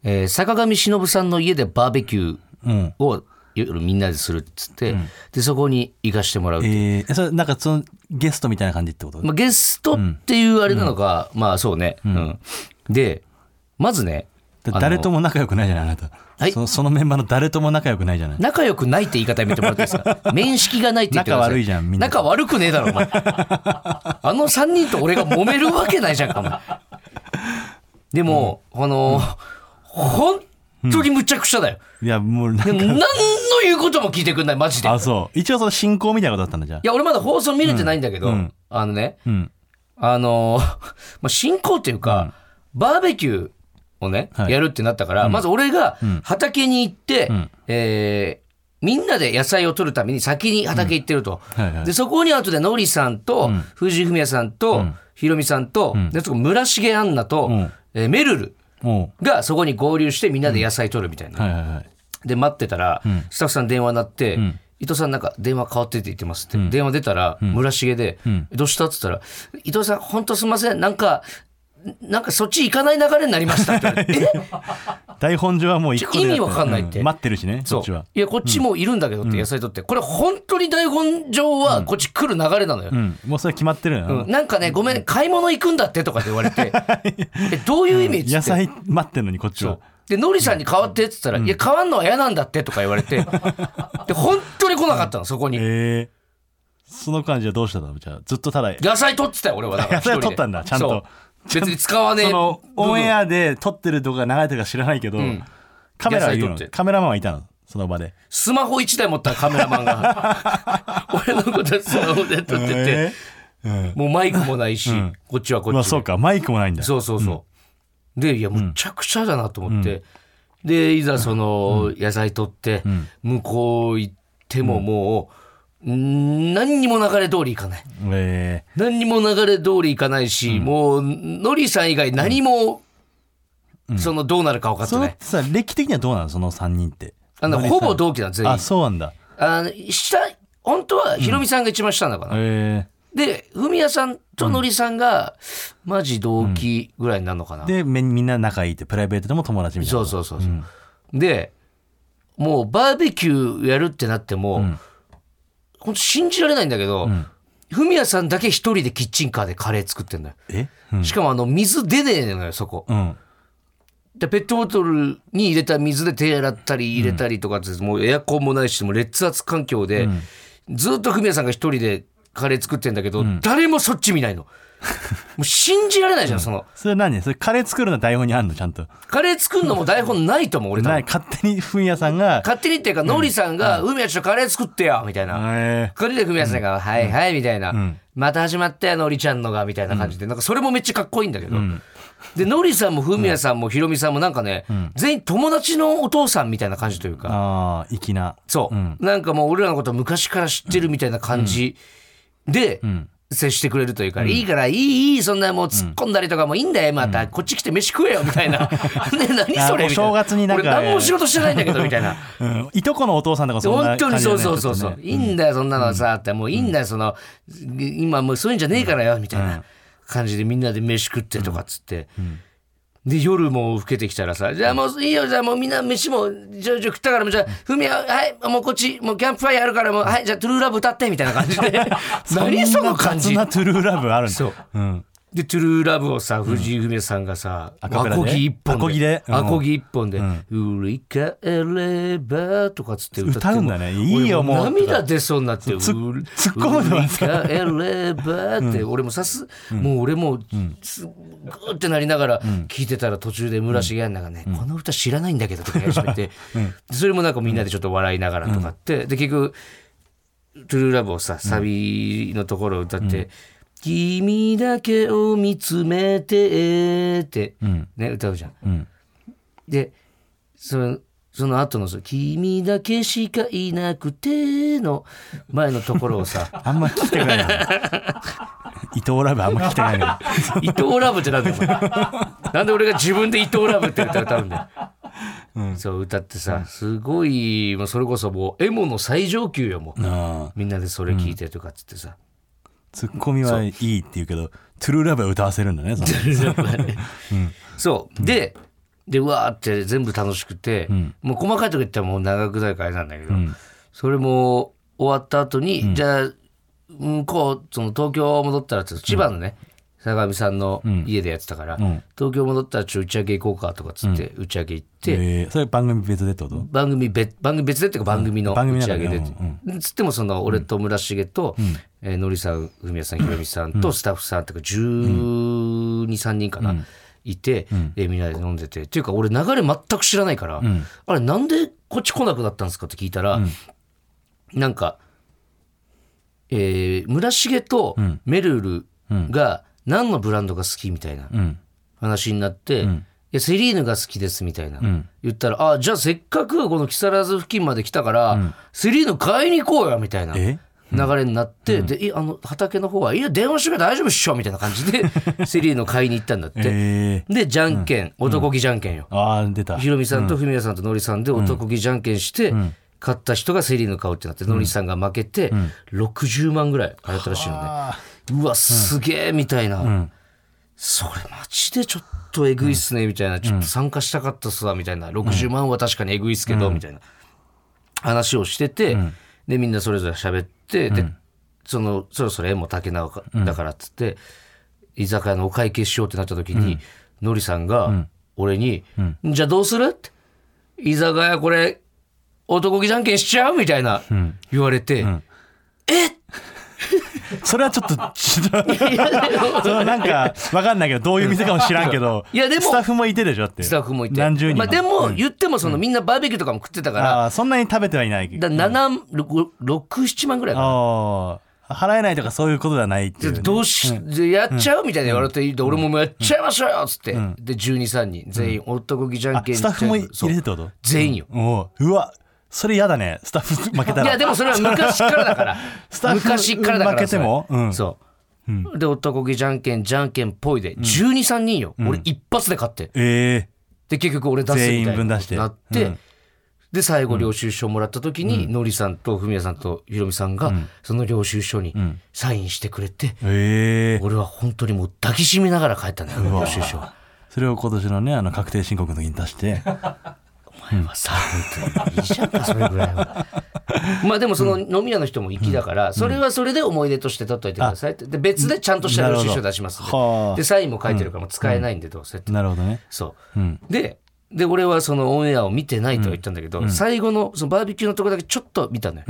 Speaker 2: えー坂上忍さんの家でバーベキューを夜みんなでするっつって、でそこに行かしてもらうっていう
Speaker 3: えー、それなんかそのゲストみたいな感じってこと、
Speaker 2: まあ、ゲストっていうあれなのか、まあそうね、うんでまずね
Speaker 3: だ誰とも仲良くないじゃないあなた、
Speaker 2: はい
Speaker 3: そのそのメンバーの誰とも仲良くないじゃない
Speaker 2: 仲良くないって言い方やめてもらっていいです
Speaker 3: <laughs>
Speaker 2: か面識がないって言ってください
Speaker 3: 仲悪いじゃんみんな
Speaker 2: 仲悪くねえだろお前あの3人と俺が揉めるわけないじゃんかお前でも、あのー本当にむちゃくちゃだよ、
Speaker 3: いやもうなんか
Speaker 2: でも何の言うことも聞いてくんないマジでい
Speaker 3: あそう一応その進行みたいなことだったんだじゃあ
Speaker 2: や俺まだ放送見れてないんだけど、
Speaker 3: うん
Speaker 2: あのね
Speaker 3: うん
Speaker 2: あのー <laughs> まあ、進行っていうか、バーベキューをね、
Speaker 3: はい
Speaker 2: やるってなったから、まず俺が畑に行って、
Speaker 3: ん
Speaker 2: えーみんなで野菜を取るために先に畑行ってると。
Speaker 3: はいはい
Speaker 2: で、そこに後でノリさんと、藤井フミヤさんと、ヒロミさんと、でそこ村重アンナと、
Speaker 3: うん
Speaker 2: えーメルル
Speaker 3: も
Speaker 2: がそこに合流してみんなで野菜取るみたいな。
Speaker 3: うはいはいはい
Speaker 2: で待ってたら、スタッフさん電話鳴って、
Speaker 3: ん
Speaker 2: 伊藤さんなんか電話変わってって言ってますって、電話出たら村重で、どうしたって言ったら伊藤さん本当すみませんなんかなんかそっち行かない流れになりましたって言われ <laughs> てえ
Speaker 3: 台本上はもう一個でやってる
Speaker 2: 意味わかんないって
Speaker 3: う待ってるしねそ
Speaker 2: そ
Speaker 3: っち
Speaker 2: う
Speaker 3: はい
Speaker 2: やこっちもういるんだけどって野菜取って、これ本当に台本上はこっち来る流れなのよ、
Speaker 3: うんもうそれ決まってるのよ、
Speaker 2: うんなんかねごめん買い物行くんだってとかって言われ <laughs> てえどういう意味っつ
Speaker 3: 野
Speaker 2: って
Speaker 3: 菜待ってるのにこっちは
Speaker 2: で、ノリさんに変わってって言ったら、いや、変わんのは嫌なんだってとか言われ <laughs> て、で、本当に来なかったの、そこに。
Speaker 3: ええその感じはどうしたのじゃあずっとただ
Speaker 2: 野菜取ってたよ俺はだから
Speaker 3: <laughs> 野菜
Speaker 2: 一人で
Speaker 3: 取ったんだちゃんと
Speaker 2: そう別に使わねえ
Speaker 3: そのオンエアで撮ってる動画が流れてるか知らないけど、
Speaker 2: ん
Speaker 3: カメラはいる
Speaker 2: 野
Speaker 3: の
Speaker 2: 菜撮って
Speaker 3: カメラマンはいたのその場で
Speaker 2: スマホ1台持ったカメラマンが
Speaker 3: <laughs>
Speaker 2: 俺のことスマホで撮ってて、
Speaker 3: ええうん
Speaker 2: もうマイクもないし、
Speaker 3: ん
Speaker 2: こっちはこっちで、
Speaker 3: まあそうかマイクもないんだ
Speaker 2: そうそうそうでいやむちゃくちゃだなと思って、でいざその野菜取って、向こう行ってももう、ん何にも流れ通りいかない
Speaker 3: え
Speaker 2: 何にも流れ通りいかないし、もうノリさん以外何も、そのどうなるか分か
Speaker 3: え
Speaker 2: って
Speaker 3: そ
Speaker 2: な
Speaker 3: の
Speaker 2: い、
Speaker 3: さ歴史的にはどうなのその3人って
Speaker 2: あの
Speaker 3: 森さ
Speaker 2: ほ
Speaker 3: ん
Speaker 2: ぼ同期なん全員
Speaker 3: あそうなんだ
Speaker 2: あの下本当はヒロミさんが一番下なのかな、
Speaker 3: ええ
Speaker 2: でフミヤさんとノリさんが、マジ同期ぐらいになるのかな、
Speaker 3: でみみんな仲いいってプライベートでも友達みたいな
Speaker 2: そうそうそうそう、でもうバーベキューやるってなっても、本当信じられないんだけど、フミヤさんだけ一人でキッチンカーでカレー作ってんのよ、
Speaker 3: えうん
Speaker 2: しかもあの水出ねえのよそこ、
Speaker 3: うん
Speaker 2: でペットボトルに入れた水で手洗ったり入れたりとかって、もうエアコンもないしもう劣圧環境で、ずっとフミヤさんが一人でカレー作ってんだけど、誰もそっち見ない <laughs> のもう信じられないじゃんその
Speaker 3: それ何それカレー作るの台本にあんのちゃんと
Speaker 2: カレー作るのも台本ないと思う俺多分
Speaker 3: ない勝手にフン屋さんが
Speaker 2: 勝手にっていうかノリさんが「海はちょっとカレー作ってよ」みたいな
Speaker 3: え
Speaker 2: カレーで組み合わせなんか「はいはい」みたいな
Speaker 3: うん
Speaker 2: 「また始まったよノリちゃんのが」みたいな感じでなんかそれもめっちゃかっこいいんだけどでノリさんもフミヤさんもヒロミさんもなんかね全員友達のお父さんみたいな感じというか
Speaker 3: ああ粋な
Speaker 2: そう、
Speaker 3: うん
Speaker 2: なんかもう俺らのこと昔から知ってるみたいな感じで
Speaker 3: ん
Speaker 2: 接してくれるというか、いいからいいいいそんなもう突っ込んだりとかもいいんだよまた、こっち来て飯食えよみたい
Speaker 3: <laughs>
Speaker 2: なね何それみ
Speaker 3: あ
Speaker 2: たいな
Speaker 3: お正月になんか
Speaker 2: 俺何も仕事してないんだけどみたいな
Speaker 3: うんいとこのお父さんとかそん
Speaker 2: 本
Speaker 3: な
Speaker 2: 当
Speaker 3: 感
Speaker 2: に
Speaker 3: じだ
Speaker 2: そ
Speaker 3: よ
Speaker 2: う
Speaker 3: ね
Speaker 2: そうそうそう、いいんだよそんなのはさってもういいんだよその今もうそういうんじゃねえからよみたいな感じでみんなで飯食ってとかっつって、で夜も更けてきたらさ「じゃあもういいよじゃあもうみんな飯もじょ々食ったからもうじゃあふみやはいもうこっちもうキャンプファイヤーあるからもうはいじゃあトゥルーラブ歌って」みたいな
Speaker 3: <laughs>
Speaker 2: 感じで何その感
Speaker 3: そん
Speaker 2: じ
Speaker 3: なトゥルーラブあるんだ
Speaker 2: そう
Speaker 3: うん
Speaker 2: でトゥルーラブをさ藤井フミヤさんがさ、
Speaker 3: アカペ
Speaker 2: ア
Speaker 3: ラで
Speaker 2: コギ一本で
Speaker 3: アコギでうん
Speaker 2: アコギ一本で
Speaker 3: ん
Speaker 2: 「振り返れば」とかっつって歌って
Speaker 3: 歌うんだねいいよもう
Speaker 2: 俺涙出そうになって「
Speaker 3: つ
Speaker 2: うる
Speaker 3: 突っ込むのはさ
Speaker 2: 振り返れば」って俺もさすもう俺もすグーってなりながら聞いてたら途中で村重杏奈がね「この歌知らないんだけど」とか言い始めてでそれもなんかみんなでちょっと笑いながらとかってで結局トゥルーラブをさ、サビのところを歌って、君だけを見つめて、って、ね、歌うじゃん。
Speaker 3: ん
Speaker 2: で、その、その後のその、君だけしかいなくて、の前のところを <laughs> さ、
Speaker 3: あんま聞きたくないな伊藤ラブあんま聞きたくないな
Speaker 2: 伊藤ラブってなんだよお <laughs> 前。なんで俺が自分で伊藤ラブって歌歌うんだよ。そう歌ってさすごいもうそれこそもうエモの最上級よもう
Speaker 3: うん
Speaker 2: みんなでそれ聞いてとかっつってさ、
Speaker 3: ツッコミはいいって言うけどトゥルーラブは歌わせるんだねその
Speaker 2: <laughs> そうで、でうわーって全部楽しくて、もう細かいとこ言ったらもう長くなるからあれなんだけど、それも終わった後に、じゃあ向こうその東京戻ったらって千葉のね、坂上さんの家でやってたから、東京戻ったらちょっと打ち上げ行こうかとかっつって、打ち上げ行って、
Speaker 3: えーそれ番組別でってこと
Speaker 2: 番組別番組別でっていうか番組の
Speaker 3: うん番組
Speaker 2: 打
Speaker 3: の
Speaker 2: ち
Speaker 3: 中
Speaker 2: 上
Speaker 3: で
Speaker 2: げで、つってもその俺と村重と、えーのりさんふみやさんひろみさんとスタッフさんとか123人かな、いて、えーみんなで飲んでてっていうか俺流れ全く知らないから、あれなんでこっち来なくなったんですかって聞いたら、なんか、えー村重とめるるが何のブランドが好きみたいな。
Speaker 3: うん
Speaker 2: 話になって、いやセリーヌが好きですみたいな、
Speaker 3: ん
Speaker 2: 言ったら「あじゃあせっかくこの木更津付近まで来たから、セリーヌ買いに行こうよ」みたいな
Speaker 3: え
Speaker 2: 流れになって、でいあの畑の方は「いや電話してくれ大丈夫っしょ」みたいな感じで
Speaker 3: <laughs>
Speaker 2: セリーヌ買いに行ったんだって、
Speaker 3: えー
Speaker 2: でじゃんけん、男気じゃんけんよ、
Speaker 3: あー出た
Speaker 2: ひろみさんとふみやさんとのりさんで男気じゃんけんして、勝った人がセリーヌ買うってなって、のりさんが負けて、60万ぐらい払ったらしいのね。うわ、すげえみたいな、それマジでちょっとえぐいっすね、みたいな。ちょっと参加したかったっすわ、みたいな。60万は確かにえぐいっすけど、みたいな話をしてて、で、みんなそれぞれ喋って、で、その、そろそろ縁も竹縄かだからっつって、居酒屋のお会計しようってなった時に、のりさんが俺に「じゃあどうする?」って「居酒屋これ男気じゃんけんしちゃう?」みたいな言われて「えっ!」
Speaker 3: それはちょっとちょっとそのなんかわかんないけどどういう店かも知らんけど
Speaker 2: いやでも
Speaker 3: スタッフもいてでしょだって
Speaker 2: スタッフもいて
Speaker 3: 何十人
Speaker 2: まあ、でも言ってもそのみんなバーベキューとかも食ってたから
Speaker 3: あーそんなに食べてはいない
Speaker 2: だ67万ぐらいかな。
Speaker 3: ああ払えないとかそういうことではないっていうね、
Speaker 2: どうし、でやっちゃうみたいな言われて、で俺ももうやっちゃいましょうよっつって、で12、3人、全員男気じゃん
Speaker 3: あ
Speaker 2: けん
Speaker 3: スタッフも入
Speaker 2: そう
Speaker 3: れてってこと
Speaker 2: 全員よ。
Speaker 3: おううわそれ嫌だねスタッフ負けたら
Speaker 2: いやでもそれは昔からだから
Speaker 3: <laughs> スタッフ
Speaker 2: 昔からだから
Speaker 3: 負けても
Speaker 2: それ
Speaker 3: うん
Speaker 2: そう、で男気じゃんけんじゃんけんぽいで123人よ、俺一発で勝って
Speaker 3: え
Speaker 2: で結局俺出すみたいな
Speaker 3: 全員分出して
Speaker 2: なって、
Speaker 3: うん
Speaker 2: で最後領収書もらった時に、のりさんとふみやさんとひろみさんがその領収書にサインしてくれて、
Speaker 3: えええ
Speaker 2: 俺は本当にもう抱きしめながら帰ったんだよ領収書
Speaker 3: それを今年のねあの確定申告の時に
Speaker 2: <laughs>
Speaker 3: 出して
Speaker 2: お前はさ、本当にいいじゃんか、それぐらいは。まあでもその飲み屋の人も粋だから、それはそれで思い出として取っといてくださいって。で、別でちゃんとした領収書出しますんで
Speaker 3: なるほどはあ
Speaker 2: で、サインも書いてるからもう使えないんで、どうせって。
Speaker 3: なるほどね
Speaker 2: そう。で、で、俺はそのオンエアを見てないとは言ったんだけど、最後のそのバーベキューのとこだけちょっと見たのよ。っ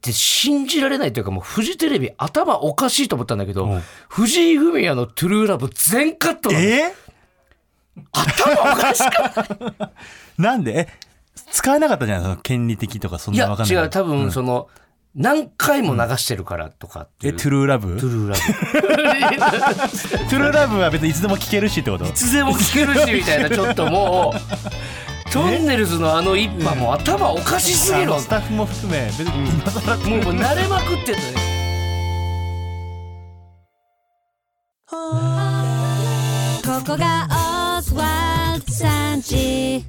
Speaker 2: て信じられないというかもうフジテレビ頭おかしいと思ったんだけど、
Speaker 3: うん
Speaker 2: 藤井フミヤの「トゥルーラブ」全カットなの
Speaker 3: え
Speaker 2: 頭おかしく
Speaker 3: なんでえ使えなかったじゃないその権利的とかそん
Speaker 2: い
Speaker 3: な
Speaker 2: や
Speaker 3: わかんない
Speaker 2: 違う多分その、何回も流してるからとかってい
Speaker 3: え
Speaker 2: う、
Speaker 3: トゥルーラブ
Speaker 2: ト
Speaker 3: ト
Speaker 2: ゥ
Speaker 3: ゥ
Speaker 2: ルーラブ
Speaker 3: ルーラブは別にいつでも聴けるしってこと
Speaker 2: いつでも聞けるしみたいなちょっとも <laughs> うトンネルズのあの一派もう頭おかしすぎる
Speaker 3: あ
Speaker 2: わ
Speaker 3: のスタッフも含め別に今更
Speaker 2: もうもう慣れまくってんだね
Speaker 4: ここがオズワルドさんち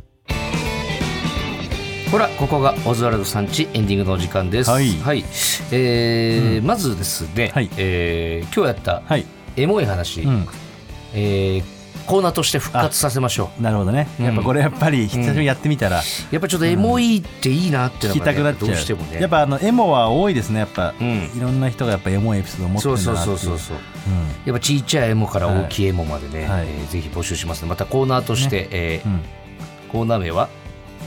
Speaker 2: ほらここがオズワルドさんちエンディングのお時間です
Speaker 3: はい
Speaker 2: えーまずですね、
Speaker 3: はい
Speaker 2: えー今日やった
Speaker 3: はい、
Speaker 2: エモい話、
Speaker 3: うん、
Speaker 2: えーコーナーとして復活させましょう
Speaker 3: なるほどねやっぱこれやっぱり久しぶりにやってみたら、
Speaker 2: やっぱちょっとエモいっていいなって
Speaker 3: 聞
Speaker 2: の
Speaker 3: き
Speaker 2: が、ね
Speaker 3: たくなっちゃう
Speaker 2: どうしてもね
Speaker 3: やっぱあのエモは多いですねやっぱ、
Speaker 2: うん
Speaker 3: いろんな人がやっぱエモいエピソードを持って
Speaker 2: そ
Speaker 3: る
Speaker 2: うんそう
Speaker 3: だなって
Speaker 2: そ
Speaker 3: い
Speaker 2: そう
Speaker 3: う
Speaker 2: そう
Speaker 3: うん
Speaker 2: やっぱちいちゃいエモから大きいエモまでね、
Speaker 3: はい
Speaker 2: えーぜひ募集しますのでまたコーナーとして、えー
Speaker 3: うん
Speaker 2: コーナー名は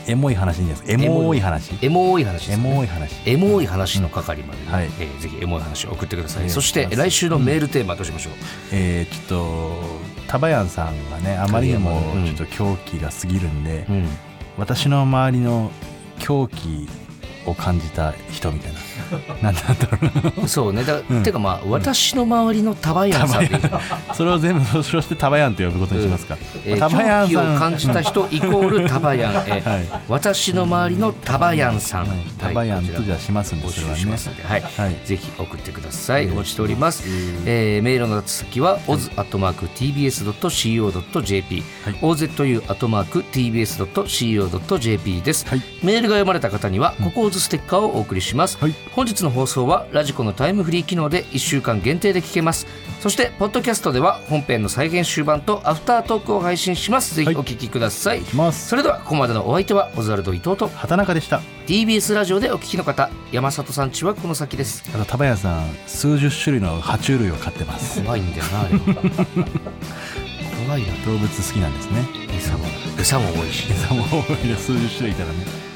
Speaker 3: エモい話にですエモい話
Speaker 2: エモい話で
Speaker 3: エ
Speaker 2: す、ね、
Speaker 3: モい話
Speaker 2: エモい話の係までね、
Speaker 3: うんはい
Speaker 2: えーぜひエモい話を送ってくださ
Speaker 3: お
Speaker 2: い、
Speaker 3: 願いし
Speaker 2: そ
Speaker 3: ます
Speaker 2: して来週のメールテーマどうしましょう、
Speaker 3: えー、ちょっとタバヤンさんがねあまりにも
Speaker 2: うん
Speaker 3: ちょっと狂気が過ぎるんで、
Speaker 2: うん
Speaker 3: 私の周りの狂気を感じた人みたい
Speaker 2: <laughs>
Speaker 3: ななんだろ
Speaker 2: そうねだ、てかまあ私の周りのタバヤンさんでいいかな
Speaker 3: うそれを全部総称してタバヤンと呼ぶことにしますか、
Speaker 2: <laughs> えー
Speaker 3: まあ
Speaker 2: 狂気を感じた
Speaker 3: うん
Speaker 2: 人イコールタバヤン、えー
Speaker 3: はい
Speaker 2: 私の周りのタバヤンさん、
Speaker 3: はいタバヤンとじゃあしますんで
Speaker 2: 募
Speaker 3: それは
Speaker 2: 集しま
Speaker 3: ね
Speaker 2: すので、はい
Speaker 3: はい
Speaker 2: ぜひ送ってください
Speaker 3: お
Speaker 2: お
Speaker 3: 願い
Speaker 2: 待ち
Speaker 3: します
Speaker 2: しております、えーメールの先は oz.tbs.co.jp、
Speaker 3: はい
Speaker 2: ozu.tbs.co.jp です、
Speaker 3: はい
Speaker 2: メールが読まれた方には「ここオズステッカー」をお送りします、
Speaker 3: はい
Speaker 2: 本日の放送はラジコのタイムフリー機能で1週間限定で聞けますそしてポッドキャストでは本編の再現終盤とアフタートークを配信しますぜひ
Speaker 3: はい
Speaker 2: お聞きください、
Speaker 3: いきます
Speaker 2: それではここまでのお相手はオズワルド伊藤と
Speaker 3: 畑中でした
Speaker 2: TBS ラジオでお聞きの方山里さんちはこの先です
Speaker 3: あとタバヤンさん数十種類の爬虫類を飼ってます
Speaker 2: 怖いんだよなあれ怖いな
Speaker 3: 動物好きなんですね
Speaker 2: <laughs> 餌も餌も多いし
Speaker 3: 餌も多いで数十種類いたらね